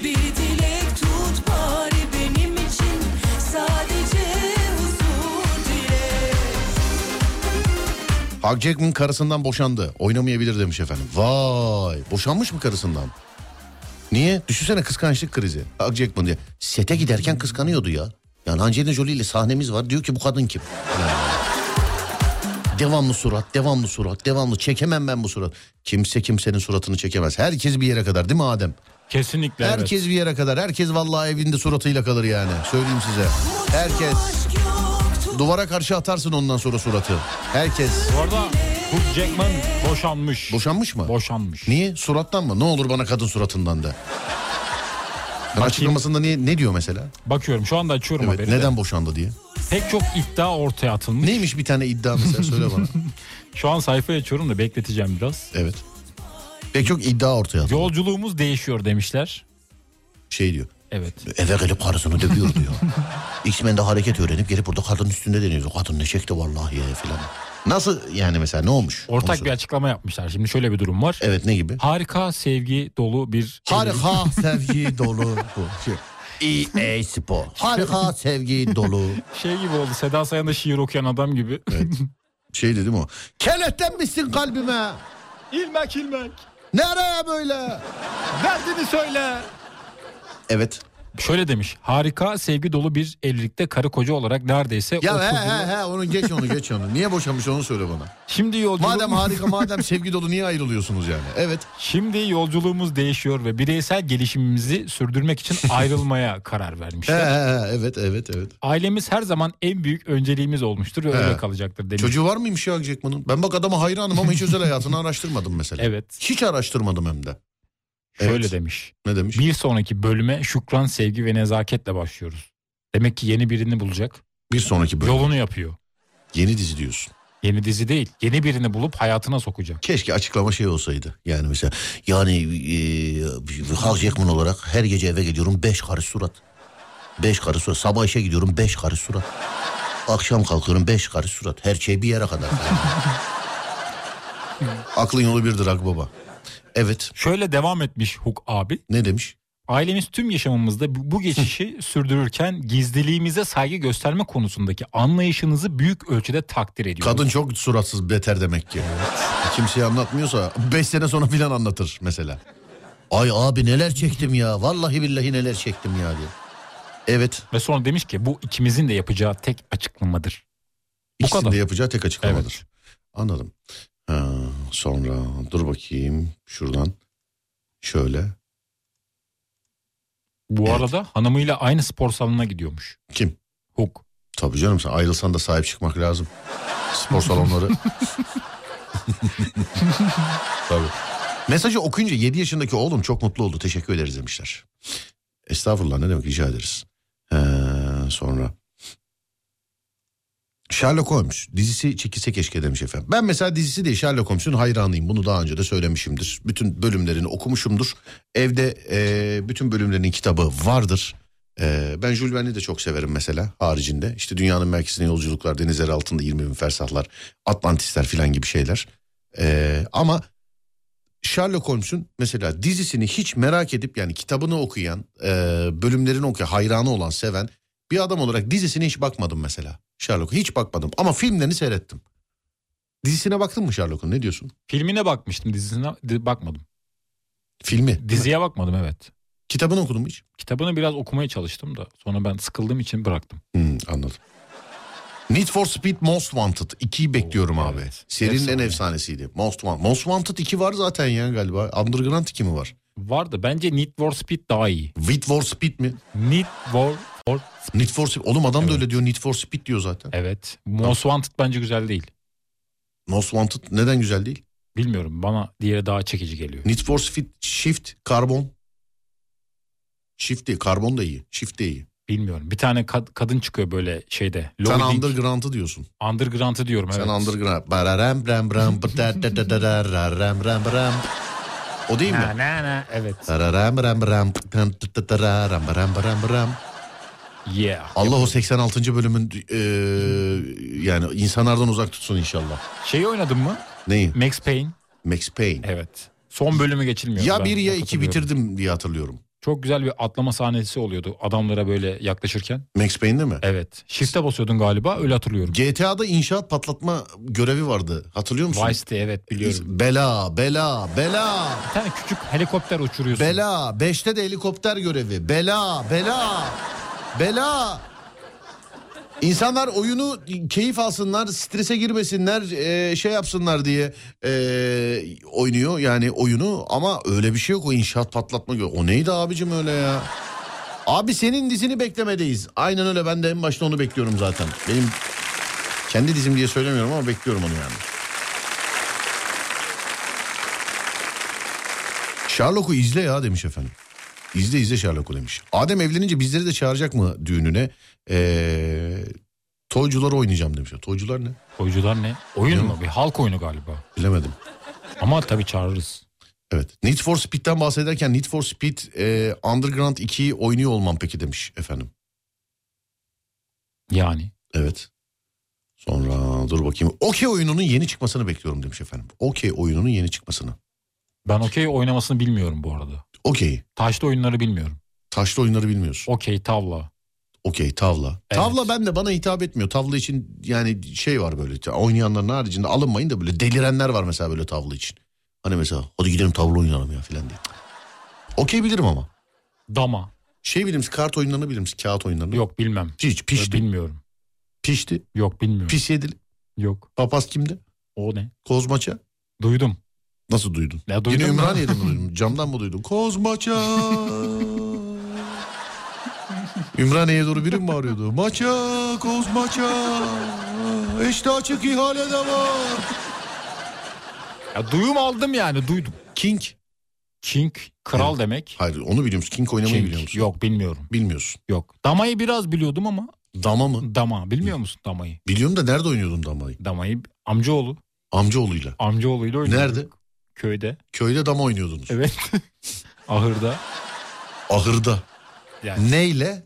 Bir dilek tut bari benim için sadece huzur dile Hugh Jackman karısından boşandı. Oynamayabilir demiş efendim. Vay. Boşanmış mı karısından? Niye? Düşünsene kıskançlık krizi. Hugh Jackman diye. Sete giderken kıskanıyordu ya. Yani Angelina Jolie ile sahnemiz var. Diyor ki bu kadın kim? Yani. Devamlı surat, devamlı surat, devamlı. Çekemem ben bu surat. Kimse kimsenin suratını çekemez. Herkes bir yere kadar değil mi Adem? Kesinlikle evet. Herkes bir yere kadar. Herkes vallahi evinde suratıyla kalır yani. Söyleyeyim size. Herkes. Duvara karşı atarsın ondan sonra suratı. Herkes. Bu arada Hugh Jackman boşanmış. Boşanmış mı? boşanmış. Niye? Surattan mı? Ne olur bana kadın suratından da. Ben açıklamasında niye, ne diyor mesela? Bakıyorum şu anda açıyorum Evet, haberi. de. neden boşandı diye. Pek çok iddia ortaya atılmış. Neymiş bir tane iddia mesela söyle bana. Şu an sayfayı açıyorum da bekleteceğim biraz. Evet. Pek çok iddia ortaya atıyor. Yolculuğumuz değişiyor demişler. Şey diyor. Evet. Eve gelip karısını dövüyor diyor. X-Men'de hareket öğrenip gelip burada kadın üstünde deniyordu. Kadın ne çekti vallahi ya filan. Nasıl yani mesela ne olmuş? Onu Ortak bir söyle. açıklama yapmışlar. Şimdi şöyle bir durum var. Evet ne gibi? Harika sevgi dolu bir Harika sevgi dolu bu. Şey, EA Spor. Harika sevgi dolu. şey gibi oldu. Seda Sayan'da şiir okuyan adam gibi. Şey dedim o. Kenetlenmişsin kalbime. ilmek ilmek. Nereye böyle? Derdini söyle. Evet. Şöyle demiş. Harika, sevgi dolu bir evlilikte karı koca olarak neredeyse Ya 30 he yılı- he he onu geç onu geç onu. Niye boşanmış onu söyle bana. Şimdi yolculuğum... Madem harika madem sevgi dolu niye ayrılıyorsunuz yani? Evet. Şimdi yolculuğumuz değişiyor ve bireysel gelişimimizi sürdürmek için ayrılmaya karar He he vermişler. he evet evet evet. Ailemiz her zaman en büyük önceliğimiz olmuştur ve öyle kalacaktır demiş. Çocuğu var mıymış ya Jackman'ın? Ben bak adama hayranım ama hiç özel hayatını araştırmadım mesela. Evet. Hiç araştırmadım hem de. Şöyle Evet. demiş. Ne demiş? Bir sonraki bölüme şükran, sevgi ve nezaketle başlıyoruz. Demek ki yeni birini bulacak. Bir sonraki bölüm. Yolunu yapıyor. Yeni dizi diyorsun. Yeni dizi değil. Yeni birini bulup hayatına sokacak. Keşke açıklama şey olsaydı. Yani mesela yani e, Hugh Jackman olarak her gece eve geliyorum beş karış surat. Beş karış surat. Sabah işe gidiyorum beş karış surat. Akşam kalkıyorum beş karış surat. Her şey bir yere kadar. Aklın yolu birdir Akbaba. Evet. Şöyle devam etmiş Huk abi. Ne demiş? Ailemiz tüm yaşamımızda bu bu geçişi sürdürürken gizliliğimize saygı gösterme konusundaki anlayışınızı büyük ölçüde takdir ediyoruz. Kadın çok suratsız beter demek ki. Kimseye anlatmıyorsa 5 sene sonra filan anlatır mesela. Ay abi neler çektim ya. Vallahi billahi neler çektim ya diye. Evet. Ve sonra demiş ki bu ikimizin de yapacağı tek açıklamadır. Bu İkisinin kadar. de yapacağı tek açıklamadır. Evet. Anladım. Ha, sonra dur bakayım şuradan. Şöyle. Bu Evet. arada hanımıyla aynı spor salonuna gidiyormuş. Kim? Huk. Tabii canım sen ayrılsan da sahip çıkmak lazım. Spor salonları. Tabii. Mesajı okuyunca 7 yaşındaki oğlum çok mutlu oldu. Teşekkür ederiz demişler. Estağfurullah ne demek rica ederiz. Ee, sonra. Sherlock Holmes dizisi çekilse keşke demiş efendim. Ben mesela dizisi değil Sherlock Holmes'un hayranıyım. Bunu daha önce de söylemişimdir. Bütün bölümlerini okumuşumdur. Evde e, bütün bölümlerinin kitabı vardır. Ee, ben Jules Verne'i de çok severim mesela haricinde. İşte dünyanın merkezine yolculuklar, denizler altında 20 bin fersahlar, Atlantisler filan gibi şeyler. Ee, ama Sherlock Holmes'un mesela dizisini hiç merak edip yani kitabını okuyan, e, bölümlerini okuyan, hayranı olan, seven bir adam olarak dizisine hiç bakmadım mesela. Sherlock'a hiç bakmadım ama filmlerini seyrettim. Dizisine baktın mı Sherlock'un ne diyorsun? Filmine bakmıştım dizisine di- bakmadım. Filmi. Diziye bakmadım evet. Kitabını okudun mu hiç? Kitabını biraz okumaya çalıştım da sonra ben sıkıldığım için bıraktım. Hmm, anladım. Need for Speed Most Wanted 2'yi bekliyorum Oo, abi. evet. Serinin en Efsane. efsanesiydi. Most Wanted. Most Wanted 2 var zaten ya galiba. Underground 2 mi var? Vardı bence Need for Speed daha iyi. Need for Speed mi? Need for, for Need for Speed. Oğlum adam da öyle diyor. Need for Speed diyor zaten. evet. Most Wanted bence güzel değil. Most Wanted neden güzel değil? Bilmiyorum bana diğeri daha çekici geliyor. Need for Speed Shift Karbon. Shift değil. Karbon da iyi. Shift de iyi. Bilmiyorum. Bir tane kad- kadın çıkıyor böyle şeyde. Sen Lobby- Underground'ı diyorsun. Underground'ı diyorum evet. Sen Underground. Bararam, bram, bram, bra- da- da- da- da- ra- ram, ram, ram. O değil mi? Na, na, na, Evet. Tararam, ram, ram, tan, tı, tı, tararam, ram, ram, ram. Yeah. Allah o 86. bölümün e, yani insanlardan uzak tutsun inşallah. Şeyi Şey oynadın mı? Neyi? Max Payne. Max Payne. Evet. Son bölümü geçilmiyor. Ya Ben bir ya iki hatırlıyorum. bitirdim diye hatırlıyorum. Çok güzel bir atlama sahnesi oluyordu adamlara böyle yaklaşırken. Max Payne'de mi? Evet. Shift'e basıyordun galiba öyle hatırlıyorum. GTA'da inşaat patlatma görevi vardı. Hatırlıyor musun? Vice'de evet biliyorum. Bela, bela, bela, Bir tane küçük helikopter uçuruyorsun. bela. Beşte de helikopter görevi. Bela, bela, bela. İnsanlar oyunu keyif alsınlar, strese girmesinler, e, şey yapsınlar diye e, oynuyor yani oyunu ama öyle bir şey yok o inşaat patlatma gibi. O neydi abicim öyle ya? Abi senin dizini beklemedeyiz. Aynen öyle ben de en başta onu bekliyorum zaten. Benim kendi dizim diye söylemiyorum ama bekliyorum onu yani. Sherlock'u izle ya demiş efendim. İzle izle Sherlock'u demiş. Adem evlenince bizleri de çağıracak mı düğününe? Ee, toycuları oynayacağım demiş. Toycular ne? Oyuncular ne? Oyun mu? Bir halk oyunu galiba. Bilemedim. Ama tabii çağırırız. Evet. Need for Speed'den bahsederken Need for Speed e, Underground 2'yi oynuyor olmam peki demiş efendim. Yani. Evet. Sonra dur bakayım. Okey oyununun yeni çıkmasını bekliyorum demiş efendim. Okey oyununun yeni çıkmasını. Ben okey oynamasını bilmiyorum bu arada. Okey. Taşlı oyunları bilmiyorum. Taşlı oyunları bilmiyorsun. Okey tavla. Okey tavla. Evet. Tavla ben de bana hitap etmiyor. Tavla için yani şey var böyle oynayanların haricinde alınmayın da böyle delirenler var mesela böyle tavla için. Hani mesela hadi gidelim tavla oynayalım ya filan diye. Okey bilirim ama. Dama. Şey bilir misin kart oyunlarını bilir misin? Kağıt oyunlarını. Yok bilmem. Hiç pişti. Bilmiyorum. Pişti. Yok bilmiyorum. Pis yedili. Yok. Papaz kimdi? O ne? Kozmaça. Duydum. Nasıl duydun? Ya duydum Yine da. Ümraniye'den mi duydun? Camdan mı duydun? Kozmaça. Ümraniye'ye doğru biri mi bağırıyordu? Maça, kozmaça. İşte açık ihale de var. Ya duyum aldım yani duydum. King. King kral demek. Hayır onu biliyor musun? King oynamayı biliyor King. musun? şey Yok bilmiyorum. Bilmiyorsun. Yok. Damayı biraz biliyordum ama Dama mı? dama bilmiyor musun damayı? Biliyorum da nerede oynuyordun damayı? Damayı amcaoğlu. Amcaoğluyla. Amcaoğluyla oynuyorduk. Nerede? Köyde. Köyde dama oynuyordunuz. Evet. Ahırda. Ahırda. Yani Neyle?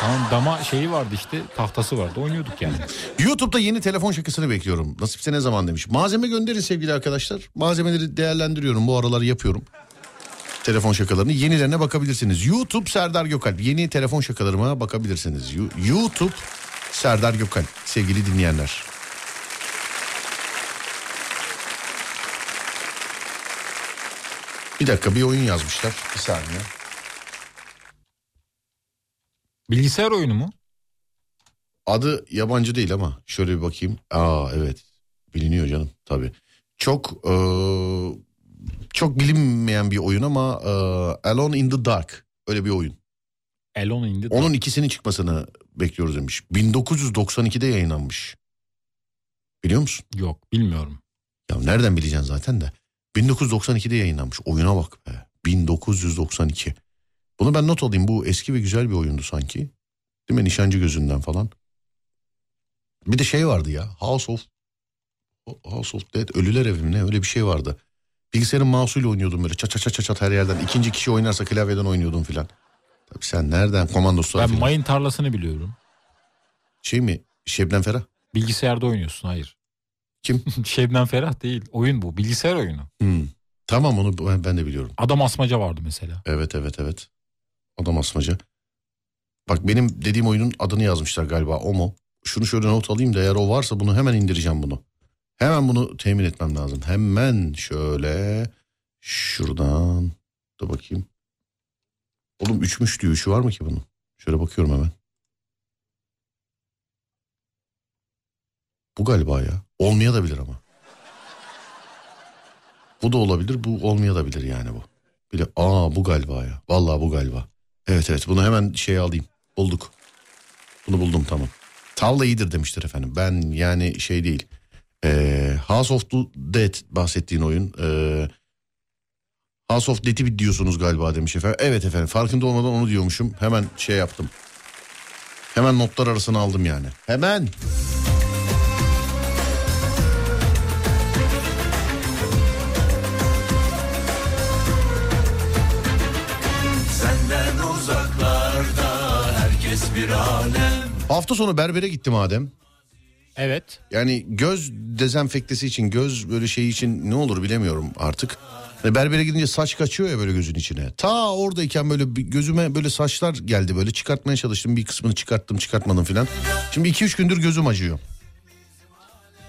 tamam dama şeyi vardı işte tahtası vardı oynuyorduk yani. YouTube'da yeni telefon şakasını bekliyorum. Nasipse ne zaman demiş. Malzeme gönderin sevgili arkadaşlar. Malzemeleri değerlendiriyorum. Bu aralar yapıyorum. telefon şakalarını yenilerine bakabilirsiniz. YouTube Serdar Gökalp. Yeni telefon şakalarıma bakabilirsiniz. Yu- YouTube Serdar Gökalp sevgili dinleyenler. Bir dakika bir oyun yazmışlar. Bir saniye. Bilgisayar oyunu mu? Adı yabancı değil ama şöyle bir bakayım. Aa evet biliniyor canım tabii. Çok eee, çok bilinmeyen bir oyun ama eee, Alone in the Dark öyle bir oyun. Elon indi. Onun ikisinin çıkmasını bekliyoruz demiş. 1992'de yayınlanmış. Biliyor musun? Yok bilmiyorum. Ya nereden bileceksin zaten de. 1992'de yayınlanmış. Oyuna bak be. 1992. Bunu ben not alayım. Bu eski ve güzel bir oyundu sanki. Değil mi? Nişancı gözünden falan. Bir de şey vardı ya. House of House of Dead Ölüler Evi mi ne? Öyle bir şey vardı. Bilgisayarın mouse'uyla oynuyordum böyle. Çat çat çat çat çat her yerden. İkinci kişi oynarsa klavyeden oynuyordum filan. Tabii sen nereden komandosu Ben filan. mayın tarlasını biliyorum. Şey mi? Şebnem Ferah. Bilgisayarda oynuyorsun hayır. Kim? Şebnem Ferah değil. Oyun bu. Bilgisayar oyunu. Hmm. Tamam onu ben, ben de biliyorum. Adam asmaca vardı mesela. Evet evet evet. Adam asmaca. Bak benim dediğim oyunun adını yazmışlar galiba o mu? Şunu şöyle not alayım da eğer o varsa bunu hemen indireceğim bunu. Hemen bunu temin etmem lazım. Hemen şöyle şuradan da bakayım. Oğlum üçmüş diyor. Şu var mı ki bunun? Şöyle bakıyorum hemen. Bu galiba ya. Olmaya da bilir ama. Bu da olabilir, bu olmaya da bilir yani bu. Bile aa bu galiba ya. Vallahi bu galiba. Evet evet bunu hemen şey alayım. Bulduk. Bunu buldum tamam. Tavla iyidir demiştir efendim. Ben yani şey değil. Ee, House of the Dead bahsettiğin oyun. Ee, House of Dead'i bir diyorsunuz galiba demiş efendim. Evet efendim farkında olmadan onu diyormuşum. Hemen şey yaptım. Hemen notlar arasına aldım yani. Hemen. Senden uzaklarda herkes bir alem Hafta sonu berbere gittim Adem. Evet. Yani göz dezenfektesi için göz böyle şey için ne olur bilemiyorum artık. Hani berbere gidince saç kaçıyor ya böyle gözün içine. Ta oradayken böyle bir gözüme böyle saçlar geldi böyle çıkartmaya çalıştım. Bir kısmını çıkarttım çıkartmadım filan. Şimdi 2-3 gündür gözüm acıyor.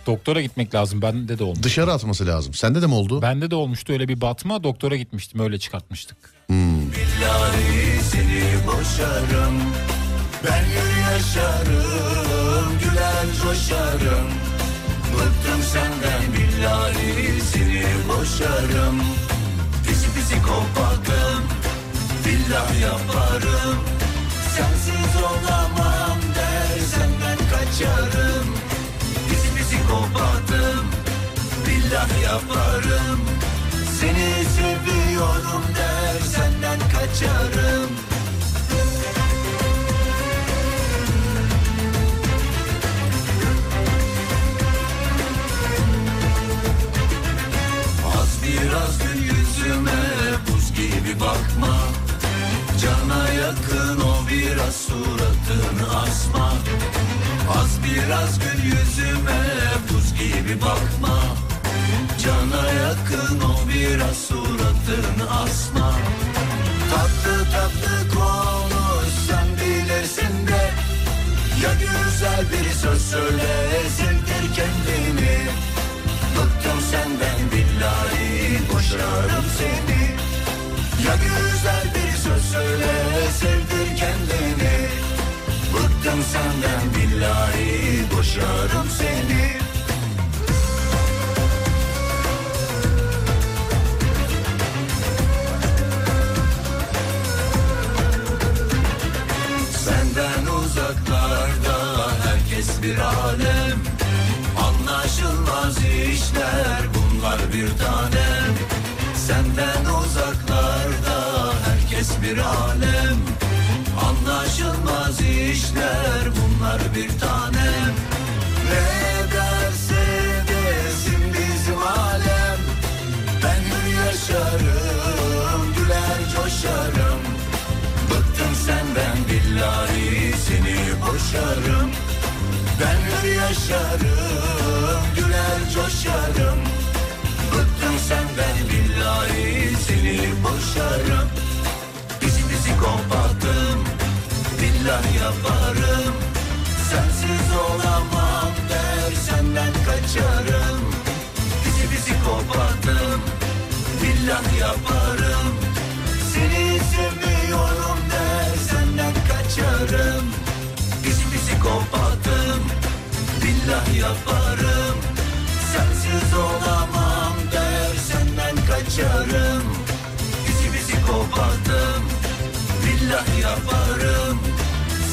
Doktora gitmek lazım. Bende de olmuş. Dışarı atması lazım. Sende de mi oldu? Bende de olmuştu öyle bir batma. Doktora gitmiştim öyle çıkartmıştık. Billahi seni boşarım Ben yürü yaşarım Güler coşarım Bıktım senden billahi seni boşarım Pisi pisi kopardım Billah yaparım Sensiz olamam dersen ben kaçarım Pisi pisi kopardım Billah yaparım Seni seviyorum der senden kaçarım Az biraz gül yüzüme buz gibi bakma Cana yakın o biraz suratını asma Az biraz gül yüzüme buz gibi bakma Cana yakın o biraz suratını asma Tatlı tatlı konuş sen bilirsin de Ya güzel bir söz söyle sevdir kendini Bıktım senden billahi boşarım seni Ya güzel bir söz söyle sevdir kendini Bıktım senden billahi boşarım seni Senden uzaklarda herkes bir alem Anlaşılmaz işler bunlar bir tanem Senden uzaklarda herkes bir alem Anlaşılmaz işler bunlar bir tanem Ne derse desin bizim alem Ben hür yaşarım güler coşarım Bıktım senden billahi seni boşarım Ben hür yaşarım güler coşarım Bıktım senden billahi seni boşarım Bizi bizi kopardım billahi yaparım Sensiz olamam der senden kaçarım Bizi bizi kopardım billahi yaparım Seni sevmiyorum der senden kaçarım Bizi bizi kopardım billahi yaparım Sensiz olamam der senden kaçarım Bizi bizi kopardım billahi yaparım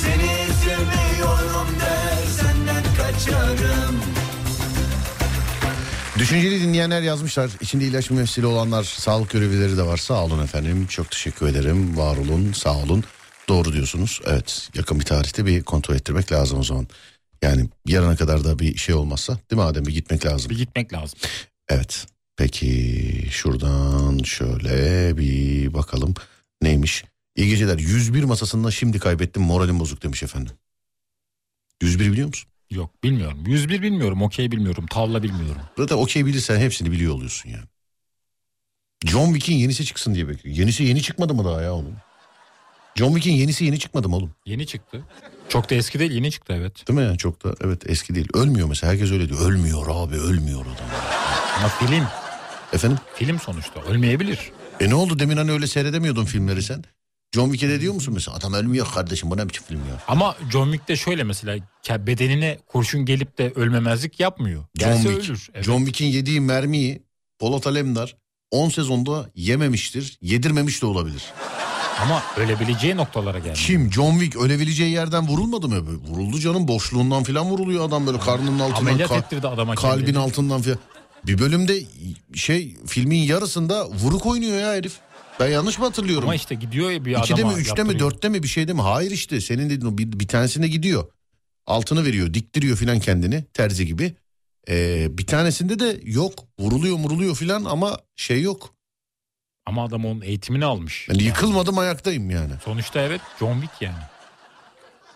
Seni sevmiyorum der senden kaçarım Düşünceli dinleyenler yazmışlar. İçinde ilaç mümessili olanlar, sağlık görevlileri de var. Sağ olun efendim. Çok teşekkür ederim. Var olun, sağ olun. Doğru diyorsunuz. Evet, yakın bir tarihte bir kontrol ettirmek lazım o zaman. Yani yarına kadar da bir şey olmazsa, değil mi Adem? Bir gitmek lazım. Bir gitmek lazım. Evet. Peki şuradan şöyle bir bakalım neymiş? İyi geceler. 101 masasında şimdi kaybettim. Moralim bozuk demiş efendim. 101 biliyor musun? Yok bilmiyorum. 101 bilmiyorum. Okey bilmiyorum. Tavla bilmiyorum. Zaten okey bilirsen hepsini biliyor oluyorsun yani. John Wick'in yenisi çıksın diye bekliyor. Yenisi yeni çıkmadı mı daha ya onun? John Wick'in yenisi yeni çıkmadı mı oğlum? Yeni çıktı. Çok da eski değil. Yeni çıktı evet. Değil mi ya? Çok da evet eski değil. Ölmüyor mesela. Herkes öyle diyor. Ölmüyor abi ölmüyor adam. Ama film. Efendim? Film sonuçta. Ölmeyebilir. E ne oldu demin hani öyle seyredemiyordun filmleri sen? John Wick'e de diyor musun mesela? Adam ölmüyor kardeşim bu ne biçim film ya? Ama John Wick'te şöyle mesela ke- bedenine kurşun gelip de ölmemezlik yapmıyor. John Gelse Wick. ölür. Evet. John Wick'in yediği mermiyi Polat Alemdar 10 sezonda yememiştir. Yedirmemiş de olabilir. Ama ölebileceği noktalara gelmiyor. Kim? John Wick ölebileceği yerden vurulmadı mı? Böyle Vuruldu canım. Boşluğundan filan vuruluyor adam böyle karnının altından. Ameliyat ka- ettirdi adama kalbin kendini. altından filan. Bir bölümde şey filmin yarısında vuruk oynuyor ya herif. Ben yanlış mı hatırlıyorum? Ama işte gidiyor ya bir adama. İkide mi, üçte mi, yaptırıyor. dörtte mi bir şeyde mi? Hayır işte senin dediğin o bir, bir tanesinde gidiyor. Altını veriyor, diktiriyor filan kendini terzi gibi. Ee, bir tanesinde de yok, vuruluyor muruluyor filan ama şey yok. Ama adam onun eğitimini almış. Yani yıkılmadım ayaktayım yani. Sonuçta evet John Wick yani.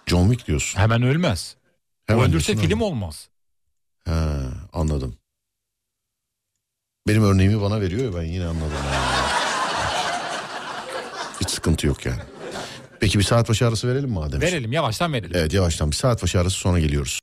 John Wick diyorsun. Hemen ölmez. Hemen Öldürse diyorsun, film olmaz. Ha, anladım. Benim örneğimi bana veriyor ya ben yine anladım. Hiç sıkıntı yok yani. Peki bir saat başı arası verelim mi Adem? Verelim yavaştan verelim. Evet yavaştan bir saat başı arası sonra geliyoruz.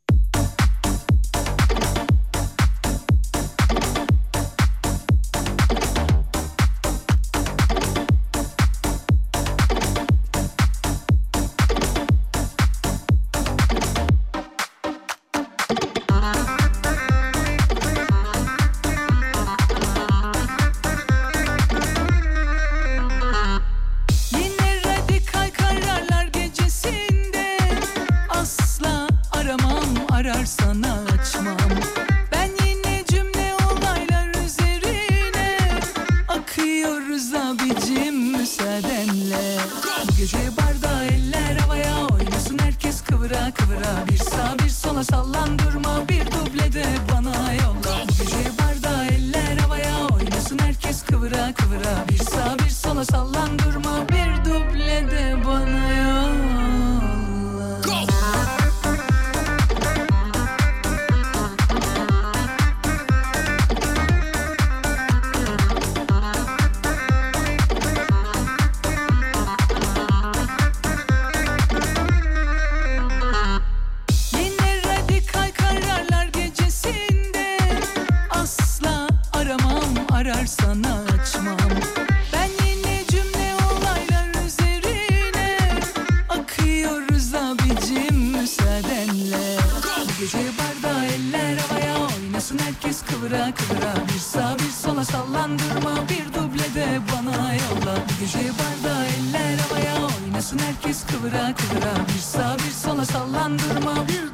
Yine radikal kararlar gecesinde Asla aramam ararsan açmam Ben yine cümle olaylar üzerine Akıyoruz abicim müsaadenle Gece barda eller havaya oynasın herkes kıvıra kıvıra Bir sağ bir sola sallan durma bir duble de bana yolla Gece barda eller havaya oynasın herkes kıvıra kıvıra Bir sağ bir sola sallan durma bir duble de bana yolla Yine radikal kararlar gecesinde Asla aramam ararsan açmam Ben yine cümle olaylar üzerine sıra Bir sağ bir sola sallandırma Bir duble de bana yolla Bir gece barda eller havaya Oynasın herkes kıvıra kıvıra Bir sağ bir sola sallandırma Bir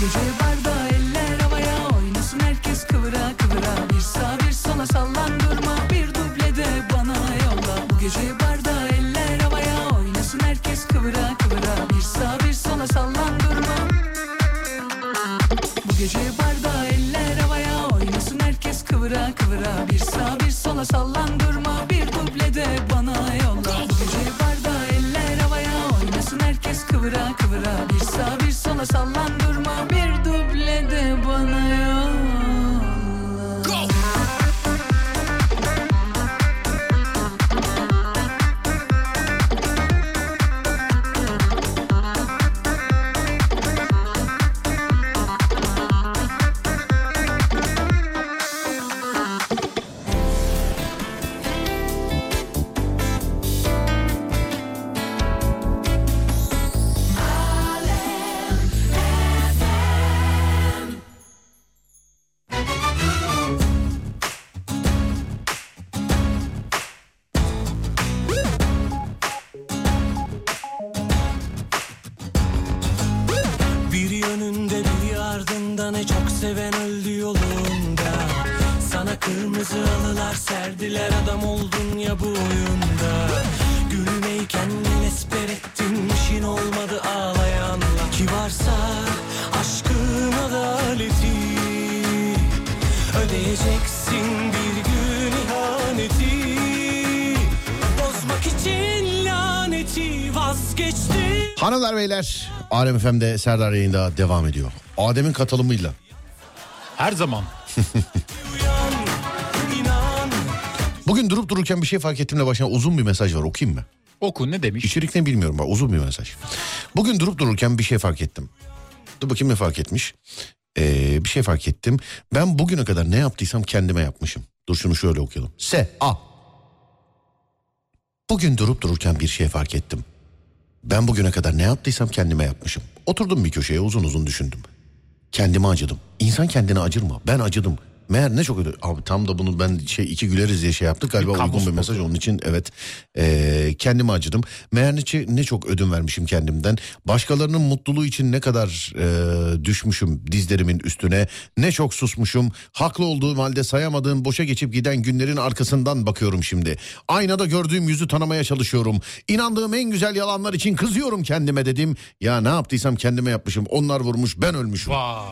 Gece barda eller havaya oynasın herkes kıvıra kıvıra Bir sağ bir sola sallandırma bir duble de bana yolla Bu gece barda eller havaya oynasın herkes kıvıra kıvıra Bir sağ bir sola sallandırma Bu gece barda eller havaya oynasın herkes kıvıra kıvıra Bir sağ bir sola sallandırma bir duble de bana yolla Bu gece barda eller havaya oynasın herkes kıvıra kıvıra Bir sağ bir sola sallandırma bir duble de bana yolla Bir önünde bir ardında ne çok seven öldü yolunda Sana kırmızı halılar serdiler adam oldun ya bu oyunda Gülmeyken ne esper ettin işin olmadı ağlayanla Ki varsa aşkın adaleti Ödeyeceksin bir gün ihaneti Bozmak için laneti vazgeçtim Hanımlar beyler Alem FM'de Serdar yayında devam ediyor. Adem'in katılımıyla. Her zaman. Uyan, inan, Bugün durup dururken bir şey fark ettimle başlayan uzun bir mesaj var okuyayım mı? Oku ne demiş? İçerik ne bilmiyorum var uzun bir mesaj. Bugün durup dururken bir şey fark ettim. Dur bakayım ne fark etmiş. Ee, bir şey fark ettim. Ben bugüne kadar ne yaptıysam kendime yapmışım. Dur şunu şöyle okuyalım. S A. Bugün durup dururken bir şey fark ettim. Ben bugüne kadar ne yaptıysam kendime yapmışım. Oturdum bir köşeye uzun uzun düşündüm. Kendime acıdım. İnsan kendine acır mı? Ben acıdım. Meğer ne çok öde... Abi tam da bunu ben şey iki güleriz diye şey yaptık galiba Kabus uygun bu. bir mesaj onun için evet. Ee, kendime acıdım. Meğer ne, çe- ne çok ödün vermişim kendimden. Başkalarının mutluluğu için ne kadar e, düşmüşüm dizlerimin üstüne. Ne çok susmuşum. Haklı olduğum halde sayamadığım boşa geçip giden günlerin arkasından bakıyorum şimdi. Aynada gördüğüm yüzü tanımaya çalışıyorum. İnandığım en güzel yalanlar için kızıyorum kendime dedim. Ya ne yaptıysam kendime yapmışım. Onlar vurmuş ben ölmüşüm. Vay.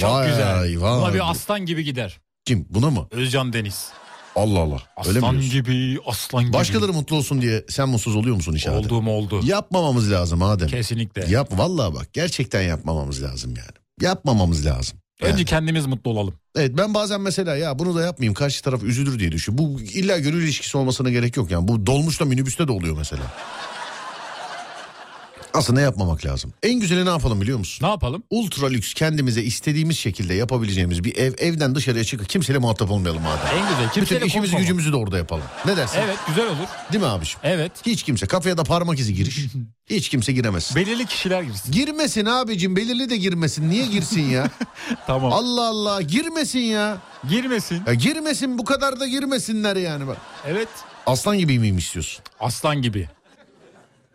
Çok Vay, güzel. Buna vay. bir aslan gibi gider. Kim buna mı? Özcan Deniz. Allah Allah. Öyle mi Aslan diyorsun? gibi, aslan gibi. Başkaları mutlu olsun diye sen mutsuz oluyor musun inşallah? Olduğum oldu. Yapmamamız lazım Adem. Kesinlikle. Yap vallahi bak gerçekten yapmamamız lazım yani. Yapmamamız lazım. Yani. Önce kendimiz mutlu olalım. Evet ben bazen mesela ya bunu da yapmayayım karşı taraf üzülür diye düşün. Bu illa gönül ilişkisi olmasına gerek yok yani. Bu dolmuşla minibüste de oluyor mesela. Aslında yapmamak lazım. En güzeli ne yapalım biliyor musun? Ne yapalım? Ultra lüks kendimize istediğimiz şekilde yapabileceğimiz bir ev evden dışarıya çıkıp kimseyle muhatap olmayalım madem. En güzel. Bütün Kimseyle işimizi konuşmamam. gücümüzü de orada yapalım. Ne dersin? Evet güzel olur. Değil mi abiciğim? Evet. Hiç kimse kafaya da parmak izi giriş. Hiç kimse giremez. Belirli kişiler girsin. Girmesin abicim belirli de girmesin. Niye girsin ya? Tamam. Allah Allah girmesin ya. Girmesin. Ya girmesin bu kadar da girmesinler yani. bak. Evet. Aslan gibi miyim istiyorsun? Aslan gibi.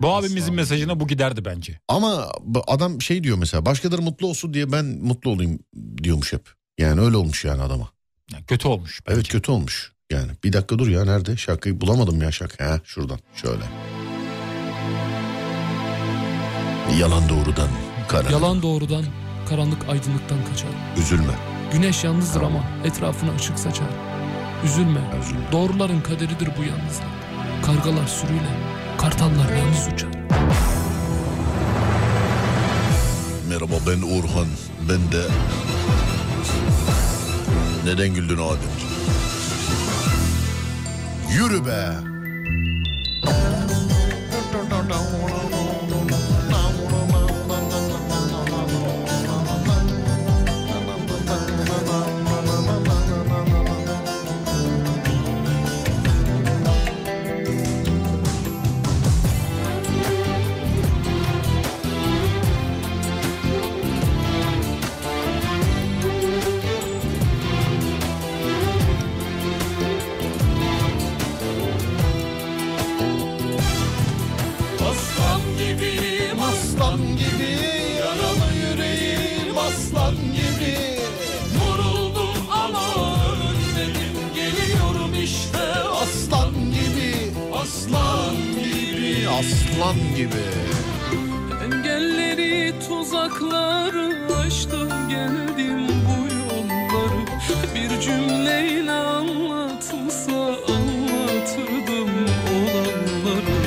Bu abimizin mesajına bu giderdi bence. Ama bu adam şey diyor mesela başkaları mutlu olsun diye ben mutlu olayım diyormuş hep. Yani öyle olmuş yani adama. Yani kötü olmuş. Evet kötü olmuş. Yani bir dakika dur ya nerede şarkıyı bulamadım ya şarkı. Ha şuradan şöyle. Yalan doğrudan karar. Yalan doğrudan, karanlık aydınlıktan kaçar. Üzülme. Güneş yalnızdır ama etrafını ışık saçar. Üzülme, Üzülme. doğruların kaderidir bu yalnızlık. Kargalar sürüyle, kartallar yalnız uçar. Merhaba ben Orhan. Ben de... Neden güldün Adem? Yürü be. aslan gibi yaralı yüreğim aslan gibi Vuruldum ama ölmedim geliyorum işte aslan gibi aslan gibi aslan gibi Engelleri tuzakları aştım geldim bu yolları Bir cümleyle anlatılsa anlatırdım olanları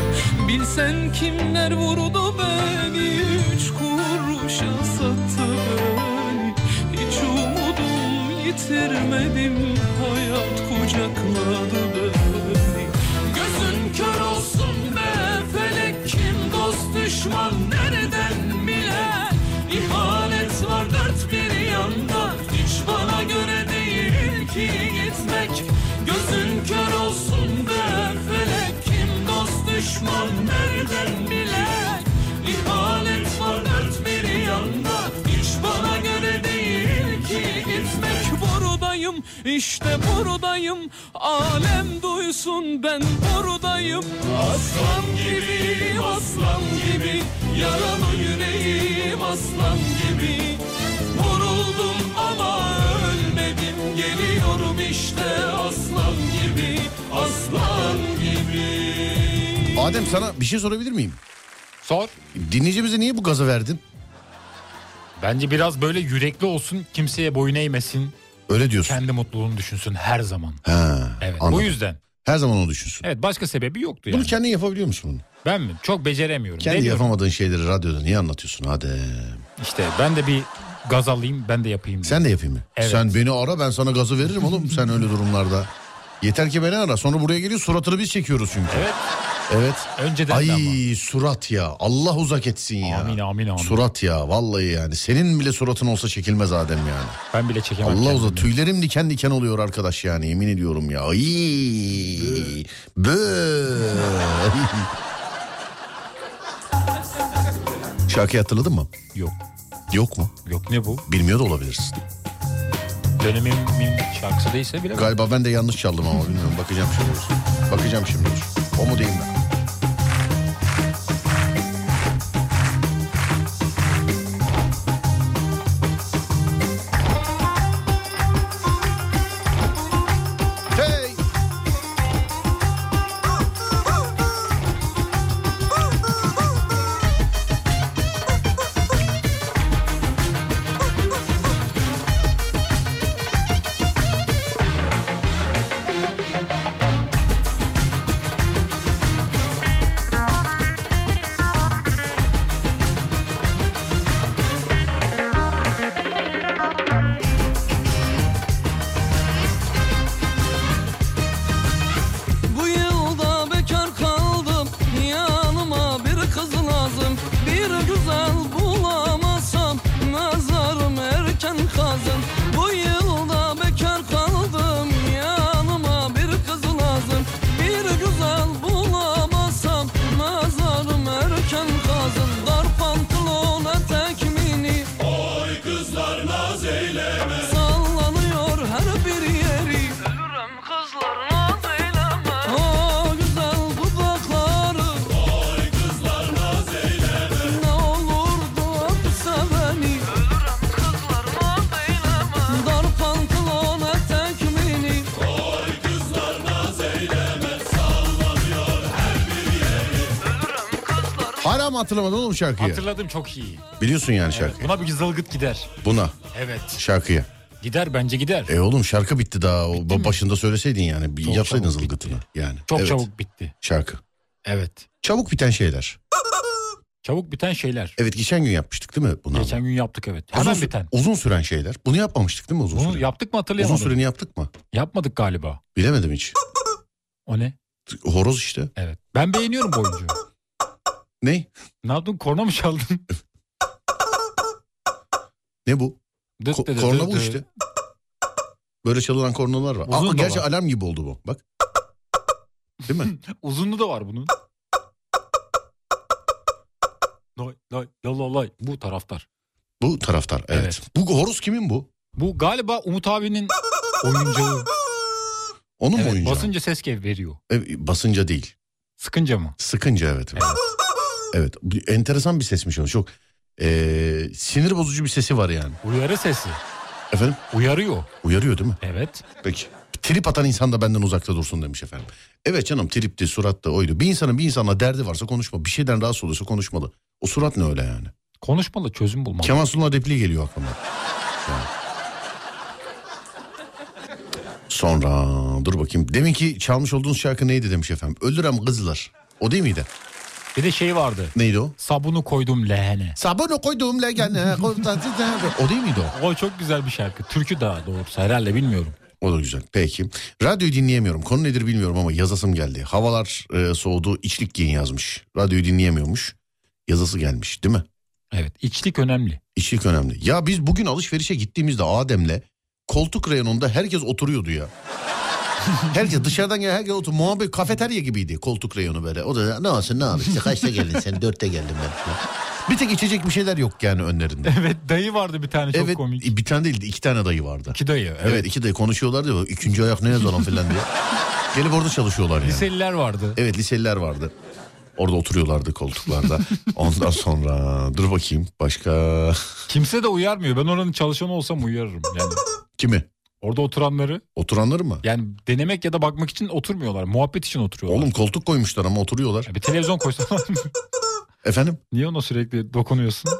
Bilsen kimler vurdu beni üç kuruşa sattı beni Hiç umudum yitirmedim hayat kucakladı beni Gözün kör olsun be felek kim dost düşman nereden bile İhanet var dört bir yanda hiç bana göre değil ki gitmek Gözün kör olsun be felek kim dost düşman nereden bile İhanet var dört bir yanda hiç bana göre değil ki gitmek Buradayım işte buradayım alem duysun ben buradayım Aslan gibi aslan gibi yaralı yüreğim aslan gibi Vuruldum ama ölmedim geliyorum işte aslan gibi aslan gibi Adem sana bir şey sorabilir miyim? Sor. Dinleyicimize niye bu gaza verdin? Bence biraz böyle yürekli olsun. Kimseye boyun eğmesin. Öyle diyorsun. Kendi mutluluğunu düşünsün her zaman. Ha, Evet. anladım. Bu yüzden. Her zaman onu düşünsün. Evet başka sebebi yoktu yani. Bunu kendin yapabiliyor musun bunu? Ben mi? Çok beceremiyorum. Kendi Deniyorum. yapamadığın şeyleri radyoda niye anlatıyorsun Adem? İşte ben de bir gaz alayım ben de yapayım. diye. Sen de yapayım mı? Evet. Sen beni ara ben sana gazı veririm oğlum sen öyle durumlarda. Yeter ki beni ara sonra buraya geliyor suratını biz çekiyoruz çünkü. Evet. Evet. Önceden de ama. Ay surat ya Allah uzak etsin ya. Amin amin amin. Surat ya vallahi yani senin bile suratın olsa çekilmez Adem yani. Ben bile çekemem. Allah uzak kendimi. tüylerim diken diken oluyor arkadaş yani yemin ediyorum ya. Ay. Bö. Şarkıyı hatırladın mı? Yok. Yok mu? Yok ne bu? Bilmiyor da olabilirsin. Dönemin şarkısı değilse bile. Galiba ben de yanlış çaldım ama bilmiyorum. Bakacağım şimdi. dur. Bakacağım şimdi. dur. O mu değil mi? Hey! Bu yılda bekar kaldım Yanıma bir kız lazım Bir güzel bulamazsam Nazarım erken kazın Bu yılda bekar kaldım Yanıma bir kız lazım Bir güzel bulamazsam Nazarım erken kazın Dar pantolon etek mini Sallanıyor her bir yeri Ölürüm kızlar naz eyleme O güzel dudakları Oy kızlar naz eyleme Ne olur dua tutsa beni Ölürüm kızlar naz eyleme Dar pantolon etek mini Hala mı hatırlamadın oğlum şarkıyı? Hatırladım çok iyi. Biliyorsun yani şarkıyı. Buna bir zılgıt gider. Buna Evet. şarkıyı. Gider bence gider. E oğlum şarkı bitti daha. O ba- başında söyleseydin yani. Bir Çok yapsaydın çabuk zılgıtını. Yani. Çok Evet, çabuk bitti. Şarkı. Evet. Çabuk biten şeyler. Çabuk biten şeyler. Evet geçen gün yapmıştık değil mi bunu? Geçen gün yaptık evet. uzun, Hemen sü- biten. Uzun süren şeyler. Bunu yapmamıştık değil mi uzun Bunu süre? yaptık mı hatırlayamadım. uzun süreni yaptık mı? Yapmadık galiba. Bilemedim hiç. O ne? Horoz işte. Evet. Ben beğeniyorum bu oyuncuyu. Ne? Ne yaptın? Korna mı çaldın? Ne bu? Dıt Ko- dıdı korna bu dıdı. işte. Böyle çalınan kornalar var. Uzun Ama da gerçi var. alarm gibi oldu bu. Bak. Değil mi? Uzunluğu da var bunun. Lay lay lay lay lay. Bu taraftar. Bu taraftar. Evet. Evet. Bu horoz kimin bu? Bu galiba Umut abinin oyuncağı. Onun mu Evet, oyuncağı? basınca ses veriyor. E, basınca değil. Sıkınca mı? Sıkınca evet. Evet. Evet. Bir- Enteresan bir sesmiş o. Çok ee, sinir bozucu bir sesi var yani. Uyarı sesi. Efendim? Uyarıyor. Uyarıyor değil mi? Evet. Peki. Trip atan insan da benden uzakta dursun demiş efendim. Evet canım tripti, surattı, oydu. Bir insanın bir insanla derdi varsa konuşma. Bir şeyden rahatsız oluyorsa konuşmalı. O surat ne öyle yani? Konuşmalı çözüm bulmalı. Kemal Sunal repliği geliyor aklıma. Yani. Sonra dur bakayım. Demin ki çalmış olduğunuz şarkı neydi demiş efendim. Öldürem kızlar. O değil miydi? Bir de şey vardı. Neydi o? Sabunu koydum lehene. Sabunu koyduğum legene. o değil miydi o? O çok güzel bir şarkı. Türkü daha doğrusu herhalde bilmiyorum. O da güzel. Peki. Radyoyu dinleyemiyorum. Konu nedir bilmiyorum ama yazasım geldi. Havalar e, soğudu. içlik giyin yazmış. Radyoyu dinleyemiyormuş. Yazası gelmiş değil mi? Evet içlik önemli. İçlik önemli. Ya biz bugün alışverişe gittiğimizde Adem'le koltuk reyonunda herkes oturuyordu ya. herkes dışarıdan gelen herkes otur. Muhabbet kafeterya gibiydi koltuk reyonu böyle. O da ne olsun ne olsun. İşte kaçta geldin sen dörtte geldim ben. falan. Bir tek içecek bir şeyler yok yani önlerinde. Evet dayı vardı bir tane çok evet e, komik. bir tane değildi iki tane dayı vardı. İki dayı. Evet. Evet, iki de konuşuyorlar diyor. Üçüncü ayak ne yazar lan filan diye. Gelip orada çalışıyorlar yani. Liseliler vardı. Evet liseliler vardı. Orada oturuyorlardı koltuklarda. Ondan sonra dur bakayım başka Kimse de uyarmıyor. Ben oranın çalışanı olsam uyarırım. Yani kimi? orada oturanları Oturanları mı? yani denemek ya da bakmak için oturmuyorlar. Muhabbet için oturuyorlar. Oğlum koltuk koymuşlar ama oturuyorlar. Ya bir televizyon koysan Efendim niye ona sürekli dokunuyorsun?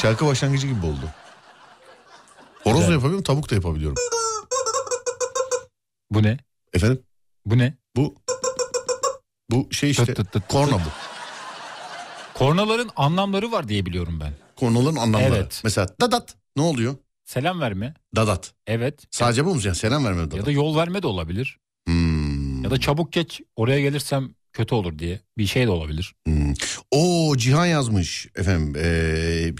şarkı başlangıcı gibi oldu. Horoz da Güzel. yapabiliyorum tavuk da yapabiliyorum. Bu ne? Efendim Bu ne? bu bu şey işte Tıt tıt tıt. korna bu. Kornaların anlamları var diye biliyorum ben. Kornaların anlamları. Evet. Mesela dadat ne oluyor? Selam verme. Dadat. Evet. Sadece bu mu? Yani selam vermiyor dadat. Ya da yol verme de olabilir. Hmm. Ya da çabuk geç oraya gelirsem kötü olur diye bir şey de olabilir. Hmm. O Cihan yazmış efendim. ee,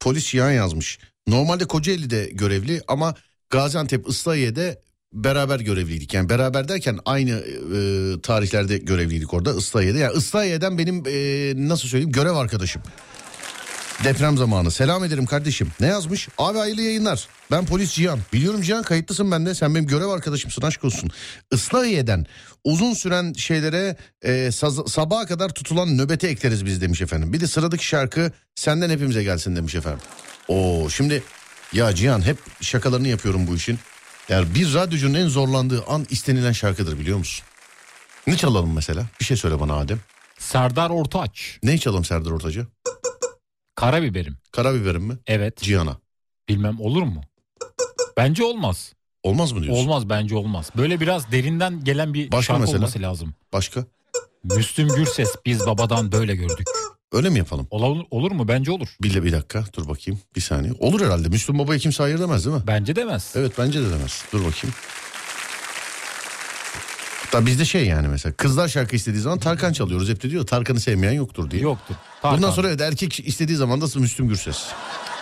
polis Cihan yazmış. Normalde Kocaeli'de görevli ama Gaziantep Islahiye'de beraber görevliydik. Yani beraber derken aynı ee, tarihlerde görevliydik orada Islahiye'de. Yani Islahiye'den benim ee, nasıl söyleyeyim görev arkadaşım. Deprem zamanı. Selam ederim kardeşim. Ne yazmış? Abi hayırlı yayınlar. Ben polis Cihan. Biliyorum Cihan kayıtlısın bende. Sen benim görev arkadaşımsın aşk olsun. Islahiye'den uzun süren şeylere e, saz- sabaha kadar tutulan nöbete ekleriz biz demiş efendim. Bir de sıradaki şarkı senden hepimize gelsin demiş efendim. Oo şimdi ya Cihan hep şakalarını yapıyorum bu işin. Yani bir radyocunun en zorlandığı an istenilen şarkıdır biliyor musun? Ne çalalım mesela? Bir şey söyle bana Adem. Serdar Ortaç. Ne çalalım Serdar Ortacı? Karabiberim. Karabiberim mi? Evet. Cihan'a. Bilmem olur mu? Bence olmaz. Olmaz mı diyorsun? Olmaz bence olmaz. Böyle biraz derinden gelen bir Başka şarkı mesela? olması lazım. Başka? Müslüm Gürses biz babadan böyle gördük. Öyle mi yapalım? Olur, olur mu? Bence olur. Bir, bir dakika dur bakayım bir saniye. Olur herhalde Müslüm Baba'ya kimse hayır demez değil mi? Bence demez. Evet bence de demez. Dur bakayım. Hatta bizde şey yani mesela kızlar şarkı istediği zaman Tarkan çalıyoruz. Hep de diyor Tarkan'ı sevmeyen yoktur diye. Yoktur. Tarkan, Bundan sonra evet erkek istediği zaman da Müslüm Gürses.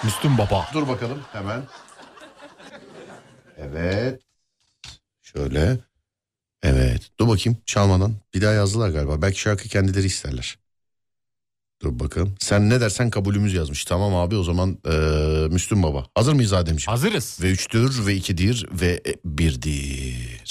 Müslüm Baba. Dur bakalım hemen. Evet. Şöyle. Evet. Dur bakayım çalmadan. Bir daha yazdılar galiba. Belki şarkı kendileri isterler. Dur bakalım. Sen ne dersen kabulümüz yazmış. Tamam abi o zaman eee Müslüm Baba. Hazır mıyız Ademciğim? Hazırız. Ve üçtür ve ikidir ve birdir.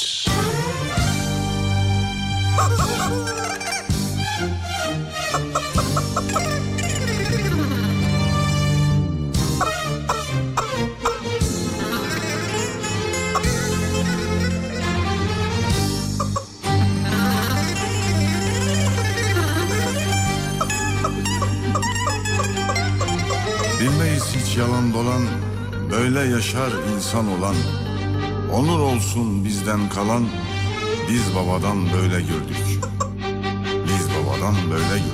Bilmeyiz hiç yalan dolan Böyle yaşar insan olan Onur olsun bizden kalan Biz babadan böyle gördük Biz babadan böyle gördük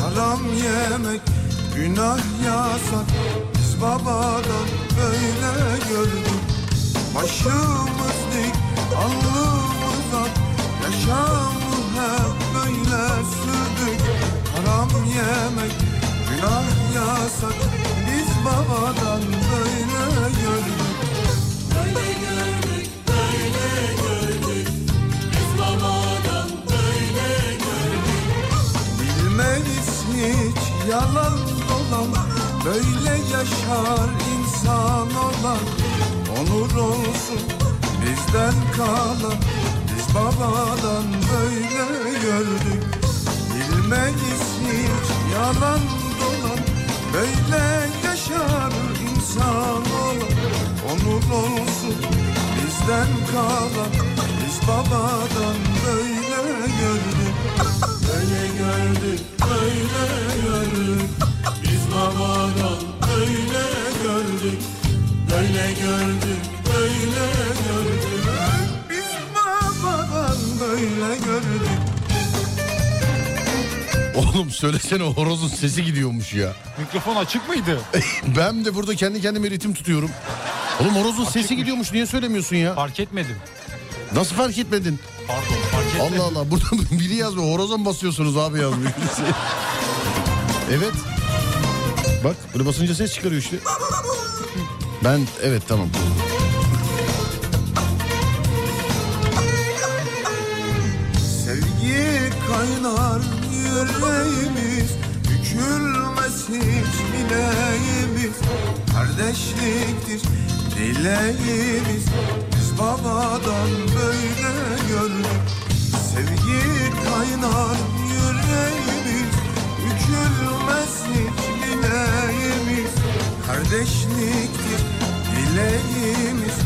haram yemek günah yasak Biz babadan böyle gördük Başımız dik alnımız ak Yaşamı hep böyle sürdük Haram yemek günah yasak Biz babadan böyle gördük Böyle gördük, böyle gördük. Biz babadan böyle gördük. Bilmeyiz hiç yalan dolan Böyle yaşar insan olan Onur olsun bizden kalan Biz babadan böyle gördük Bilmeyiz hiç yalan dolan Böyle yaşar insan olan Onur olsun bizden kalan Biz babadan böyle gördük Böyle gördük, böyle gördük Biz babadan böyle gördük. Böyle gördük, böyle gördük. Biz babadan böyle gördük Oğlum söylesene horozun sesi gidiyormuş ya. Mikrofon açık mıydı? Ben de burada kendi kendime ritim tutuyorum. Oğlum horozun sesi gidiyormuş niye söylemiyorsun ya? Fark etmedim. Nasıl fark etmedin? Pardon fark etmedim. Allah Allah burada biri yazmıyor horoza mı basıyorsunuz abi yazmış. birisi. evet. Bak bunu basınca ses çıkarıyor işte. Ben evet tamam. Sevgi kaynar yüreğimiz Bükülmez hiç bileğimiz Kardeşliktir dileğimiz Biz babadan böyle gördük Sevgi kaynar yüreğimiz Bükülmez hiç bileğimiz Kardeşliktir dileğimiz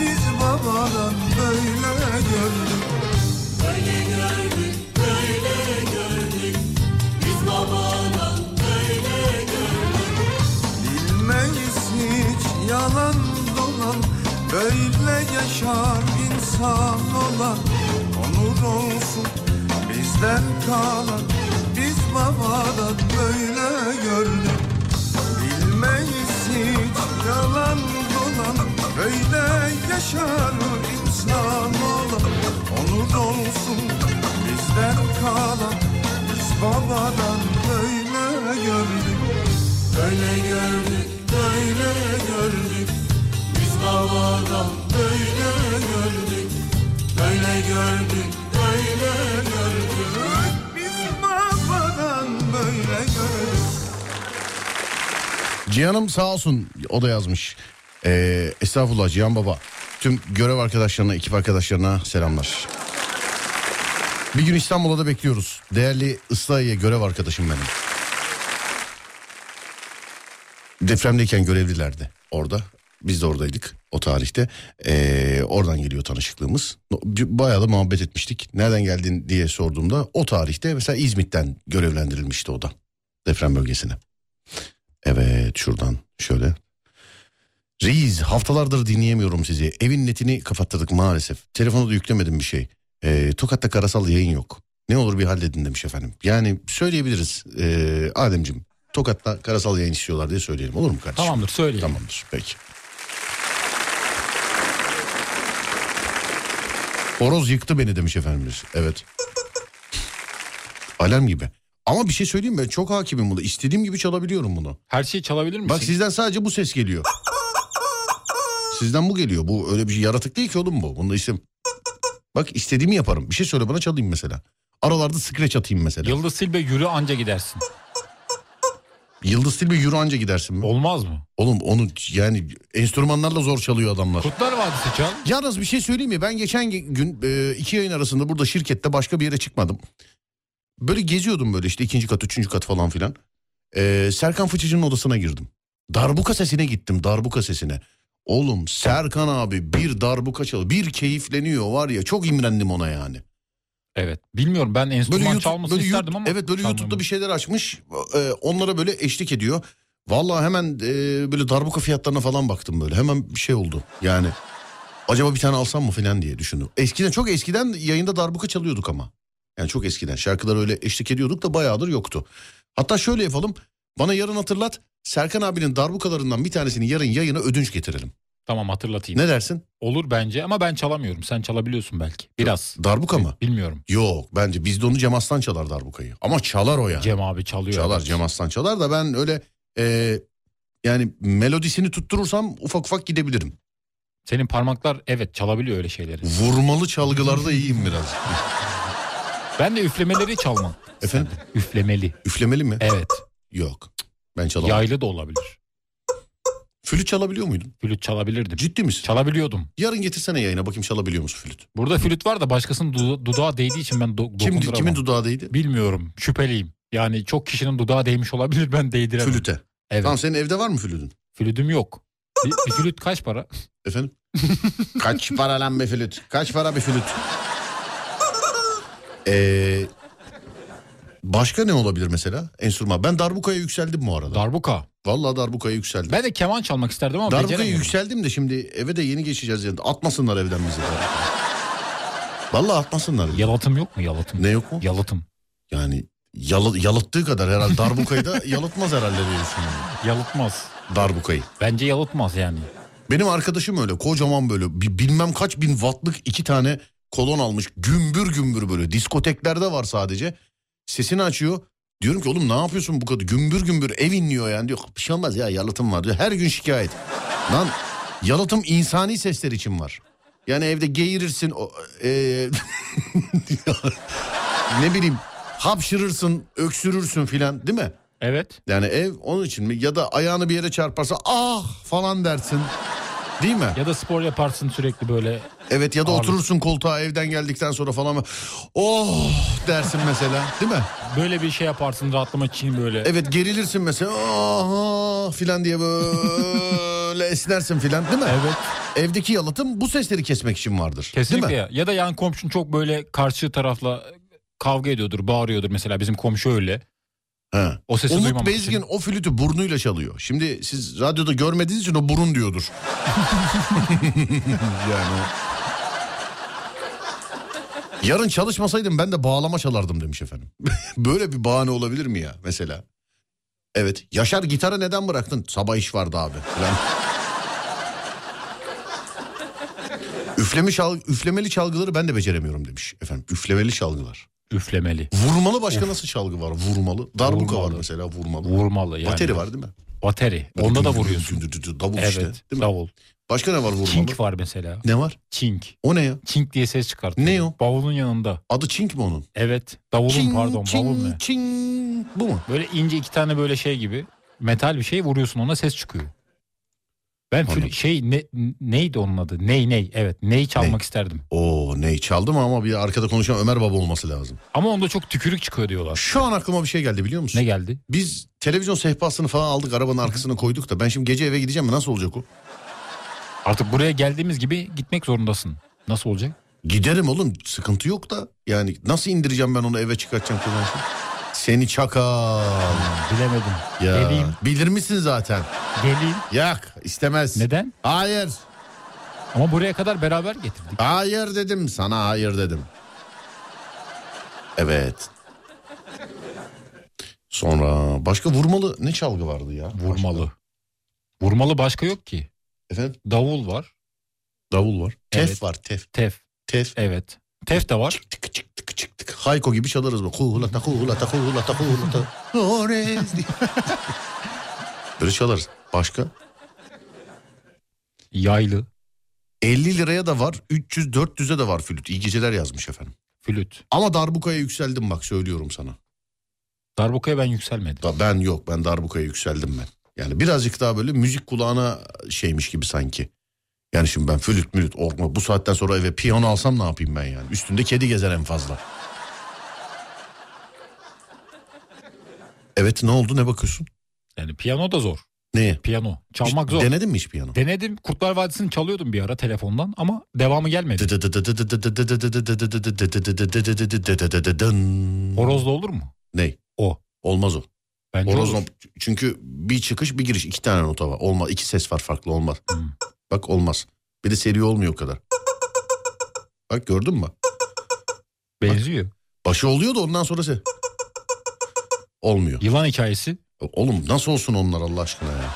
Biz babadan böyle gördük Böyle gördük, böyle gördük. Biz babadan böyle gördük. Bilmeyiz hiç yalan dolan Böyle yaşar insan olan Onur olsun bizden kalan Biz babadan böyle gördük Bilmeyiz hiç yalan dolan Böyle yaşar insan olan Onur olsun bizden kalan Biz babadan böyle gördük Böyle gördük, böyle gördük. Biz babadan böyle gördük. Böyle gördük, böyle gördük. Biz babadan böyle görürüz. Cihan'ım sağ olsun o da yazmış. Ee, estağfurullah Cihan Baba. Tüm görev arkadaşlarına, ekip arkadaşlarına selamlar. Bir gün İstanbul'da da bekliyoruz. Değerli Islahiye görev arkadaşım benim. Depremdeyken görevlilerdi orada. Biz de oradaydık o tarihte. Ee, oradan geliyor tanışıklığımız. Bayağı da muhabbet etmiştik. Nereden geldin diye sorduğumda o tarihte mesela İzmit'ten görevlendirilmişti o da. Deprem bölgesine. Evet şuradan şöyle. Reis haftalardır dinleyemiyorum sizi. Evin netini kapattırdık maalesef. Telefonu da yüklemedim bir şey. Ee, Tokat'ta karasal yayın yok. Ne olur bir halledin demiş efendim. Yani söyleyebiliriz ee, Ademciğim. Tokat'ta karasal yayın istiyorlar diye söyleyelim olur mu kardeşim? Tamamdır söyleyin. Tamamdır peki. Horoz yıktı beni demiş efendimiz. Evet. Alarm gibi. Ama bir şey söyleyeyim mi? Ben Çok hakimim buna. İstediğim gibi çalabiliyorum bunu. Her şeyi çalabilir misin? Bak sizden sadece bu ses geliyor. Sizden bu geliyor. Bu öyle bir şey yaratık değil ki oğlum bu. Bunda isim. Bak istediğimi yaparım. Bir şey söyle bana çalayım mesela. Aralarda scratch atayım mesela. Yıldız Silbe yürü anca gidersin. Yıldız Tilbe Euro anca gidersin. be. Olmaz mı? Oğlum onu yani enstrümanlarla zor çalıyor adamlar. Kutlar Vadisi çal. Yalnız bir şey söyleyeyim mi? Ben geçen ge- gün e, iki yayın arasında burada şirkette başka bir yere çıkmadım. Böyle geziyordum böyle işte ikinci kat, üçüncü kat falan filan. E, Serkan Fıçıcı'nın odasına girdim. Darbuka sesine gittim, darbuka sesine. Oğlum Serkan abi bir darbuka çalıyor. Bir keyifleniyor var ya çok imrendim ona yani. Evet. Bilmiyorum ben enstrüman YouTube- çalmasını böyle isterdim YouTube- ama. Evet böyle YouTube'da çalmamı. bir şeyler açmış. e, onlara böyle eşlik ediyor. Vallahi hemen e, böyle darbuka fiyatlarına falan baktım böyle. Hemen bir şey oldu. Yani acaba bir tane alsam mı falan diye düşündüm. Eskiden çok eskiden yayında darbuka çalıyorduk ama. Yani çok eskiden şarkılar öyle eşlik ediyorduk da bayağıdır yoktu. Hatta şöyle yapalım. Bana yarın hatırlat. Serkan abinin darbukalarından bir tanesini yarın yayına ödünç getirelim. Tamam hatırlatayım. Ne dersin? Olur bence ama ben çalamıyorum. Sen çalabiliyorsun belki. Biraz. Darbuka mı? Bilmiyorum. Yok bence bizde onu Cem Aslan çalar darbukayı. Ama çalar o yani. Cem abi çalıyor. çalar Cem Aslan çalar da ben öyle e, yani melodisini tutturursam ufak ufak gidebilirim. Senin parmaklar evet çalabiliyor öyle şeyleri. Vurmalı çalgılarda iyiyim biraz. Ben de üflemeleri çalmam. Efendim Üflemeli. üflemeli mi? Evet. Yok ben çalamam. Yaylı da olabilir. Flüt çalabiliyor muydun? Flüt çalabilirdim. Ciddi misin? Çalabiliyordum. yarın getirsene yayına bakayım çalabiliyor musun flüt? Burada flüt var da başkasının duda- dudağı değdiği için ben do- Kim, dokunduramam. kimin dudağı değdi? Bilmiyorum. Şüpheliyim. Yani çok kişinin dudağı değmiş olabilir ben değdiremem. Flüte. Evet. Tamam senin evde var mı flütün? Flütüm yok. Bir, bir flüt kaç para? Efendim? Kaç para lan be flüt? Kaç para bir flüt? Ee, başka ne olabilir mesela? Enstrüman. Ben darbukaya yükseldim bu arada. Darbuka. Vallahi darbukaya yükseldim. Ben de keman çalmak isterdim ama darbukaya beceremiyorum. yükseldim de şimdi eve de yeni geçeceğiz. Yani. Atmasınlar evden bizi. Vallahi atmasınlar. bizi. Yalıtım yok mu yalıtım? Ne yok mu? Yalıtım. Yani yalı, yalıttığı kadar herhalde darbukayı da yalıtmaz herhalde diye düşünüyorum. Yalıtmaz. Darbukayı. Bence yalıtmaz yani. Benim arkadaşım öyle kocaman böyle bi- bilmem kaç bin wattlık iki tane kolon almış. Gümbür gümbür böyle diskoteklerde var sadece. Sesini açıyor. Diyorum ki oğlum ne yapıyorsun bu kadar gümbür gümbür ev inliyor yani diyor. Bir şey olmaz ya yalıtım var diyor. Her gün şikayet. Lan yalıtım insani sesler için var. Yani evde geğirirsin. o- e, ne bileyim hapşırırsın, öksürürsün filan değil mi? Evet. Yani ev onun için mi? Ya da ayağını bir yere çarparsa ah falan dersin. Değil mi? Ya da spor yaparsın sürekli böyle. evet ya da Ağırlık. oturursun koltuğa evden geldikten sonra falan. Oh dersin mesela değil mi? Böyle bir şey yaparsın rahatlamak için böyle. Evet gerilirsin mesela ah filan diye böyle esnersin filan değil mi? Evet. Evdeki yalıtım bu sesleri kesmek için vardır. Kesinlikle. Değil ya. mi? Ya da yan komşun çok böyle karşı tarafla kavga ediyordur, bağırıyordur mesela bizim komşu öyle. He. O sesi Umut duymamak Bezgin için. o flütü burnuyla çalıyor. Şimdi siz radyoda görmediğiniz için o burun diyordur. yani. Yarın çalışmasaydım ben de bağlama çalardım demiş efendim. Böyle bir bahane olabilir mi ya mesela? Evet. Yaşar gitarı neden bıraktın? Sabah iş vardı abi. falan. Üfleme çal- üflemeli çalgıları ben de beceremiyorum demiş efendim. Üflemeli çalgılar. Üflemeli. Vurmalı başka nasıl çalgı var? Vurmalı. Darbuka Vurmalı. var mesela vurmalı. Vurmalı yani. Bateri var değil mi? Bateri. Onda da Dü- dü- dü- vuruyorsun. dü- dü- dü- Davul Evet. işte. Değil mi? Davul. Başka ne var vurmalı? Çink var mesela. Ne var? Çink. O ne ya? Çink diye ses çıkartıyor. Ne o? Bavulun yanında. Adı çink mi onun? Evet. Davulun Çing, pardon bavul çing, ne? çing. Bu mu? Böyle ince iki tane böyle şey gibi metal bir şey vuruyorsun ona ses çıkıyor. Ben flü- Anladım. şey ne, neydi onun adı? Ney ney evet ney çalmak isterdim. Oo ney çaldı mı ama bir arkada konuşan Ömer Baba olması lazım. Ama onda çok tükürük çıkıyor diyorlar. Şu an aklıma bir şey geldi biliyor musun? Ne geldi? Biz televizyon sehpasını falan aldık arabanın arkasına koyduk da ben şimdi gece eve gideceğim mi nasıl olacak o? Artık buraya geldiğimiz gibi gitmek zorundasın. Nasıl olacak? Giderim oğlum sıkıntı yok da yani nasıl indireceğim ben onu eve çıkartacağım falan. Seni çakal. Bilemedim. Ya. Geleyim. Bilir misin zaten? Geleyim. Yak istemez. Neden? Hayır. Ama buraya kadar beraber getirdik. Hayır dedim sana hayır dedim. Evet. Sonra başka vurmalı ne çalgı vardı ya? Vurmalı. Vurmalı başka yok ki. Efendim? Davul var. Davul var. Tef Evet. var tef. Tef. Tef. Evet. Tef de var. Çık tık çık tık çık tık. Hayko gibi çalarız bak. Kuhulata kuhulata kuhulata kuhulata. Orez diye. Böyle çalarız. Başka? Yaylı. 50 liraya da var. 300-400'e de var flüt. İyi geceler yazmış efendim. Flüt. Ama darbukaya yükseldim bak söylüyorum sana. Darbukaya ben yükselmedim. Da ben yok ben darbukaya yükseldim ben. Yani birazcık daha böyle müzik kulağına şeymiş gibi sanki. Yani şimdi ben flüt mülüt orma bu saatten sonra eve piyano alsam ne yapayım ben yani? Üstünde kedi gezer en fazla. Evet ne oldu ne bakıyorsun? Yani piyano da zor. Neye? Piyano. Çalmak Hiç zor. Denedin mi hiç piyano? Denedim. Kurtlar Vadisi'ni çalıyordum bir ara telefondan ama devamı gelmedi. Horozla olur mu? Ney? O. Olmaz o. Bence Horoz E, olur. not- çünkü bir çıkış bir giriş iki tane nota var. Olmaz iki ses var farklı olmaz. Hmm. Bak olmaz. Bir de seri olmuyor o kadar. Bak gördün mü? Benziyor. Başı oluyor da ondan sonrası. Olmuyor. Yılan hikayesi. Oğlum nasıl olsun onlar Allah aşkına ya.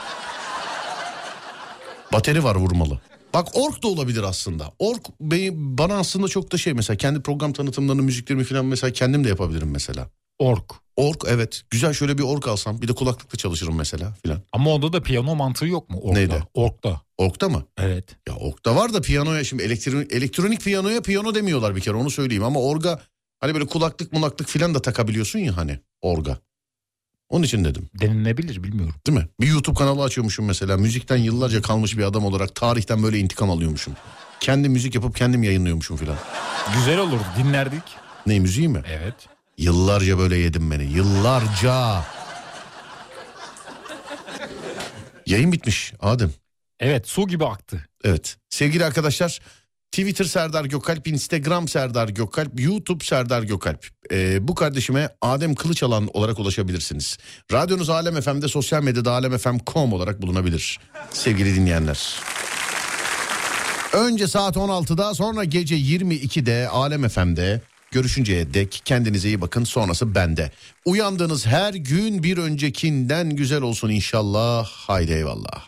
Bateri var vurmalı. Bak ork da olabilir aslında. Ork be- bana aslında çok da şey mesela kendi program tanıtımlarını, müziklerimi falan mesela kendim de yapabilirim mesela. Ork. Ork evet güzel şöyle bir ork alsam bir de kulaklıkla çalışırım mesela filan. Ama onda da piyano mantığı yok mu? Ork'ta. Neyde? Ork'ta. Ork'ta mı? Evet. Ya ork'ta var da piyanoya şimdi elektronik, elektronik piyanoya piyano demiyorlar bir kere onu söyleyeyim ama orga hani böyle kulaklık mulaklık filan da takabiliyorsun ya hani orga. Onun için dedim. Denilebilir bilmiyorum. Değil mi? Bir YouTube kanalı açıyormuşum mesela. Müzikten yıllarca kalmış bir adam olarak tarihten böyle intikam alıyormuşum. Kendi müzik yapıp kendim yayınlıyormuşum filan. Güzel olurdu dinlerdik. Ne müziği mi? Evet. Yıllarca böyle yedim beni. Yıllarca. Yayın bitmiş Adem. Evet su gibi aktı. Evet. Sevgili arkadaşlar Twitter Serdar Gökalp, Instagram Serdar Gökalp, YouTube Serdar Gökalp. Ee, bu kardeşime Adem Kılıçalan olarak ulaşabilirsiniz. Radyonuz Alem FM'de, sosyal medyada alemfm.com olarak bulunabilir sevgili dinleyenler. Önce saat 16'da sonra gece 22'de Alem FM'de görüşünceye dek kendinize iyi bakın sonrası bende. Uyandığınız her gün bir öncekinden güzel olsun inşallah. Haydi eyvallah.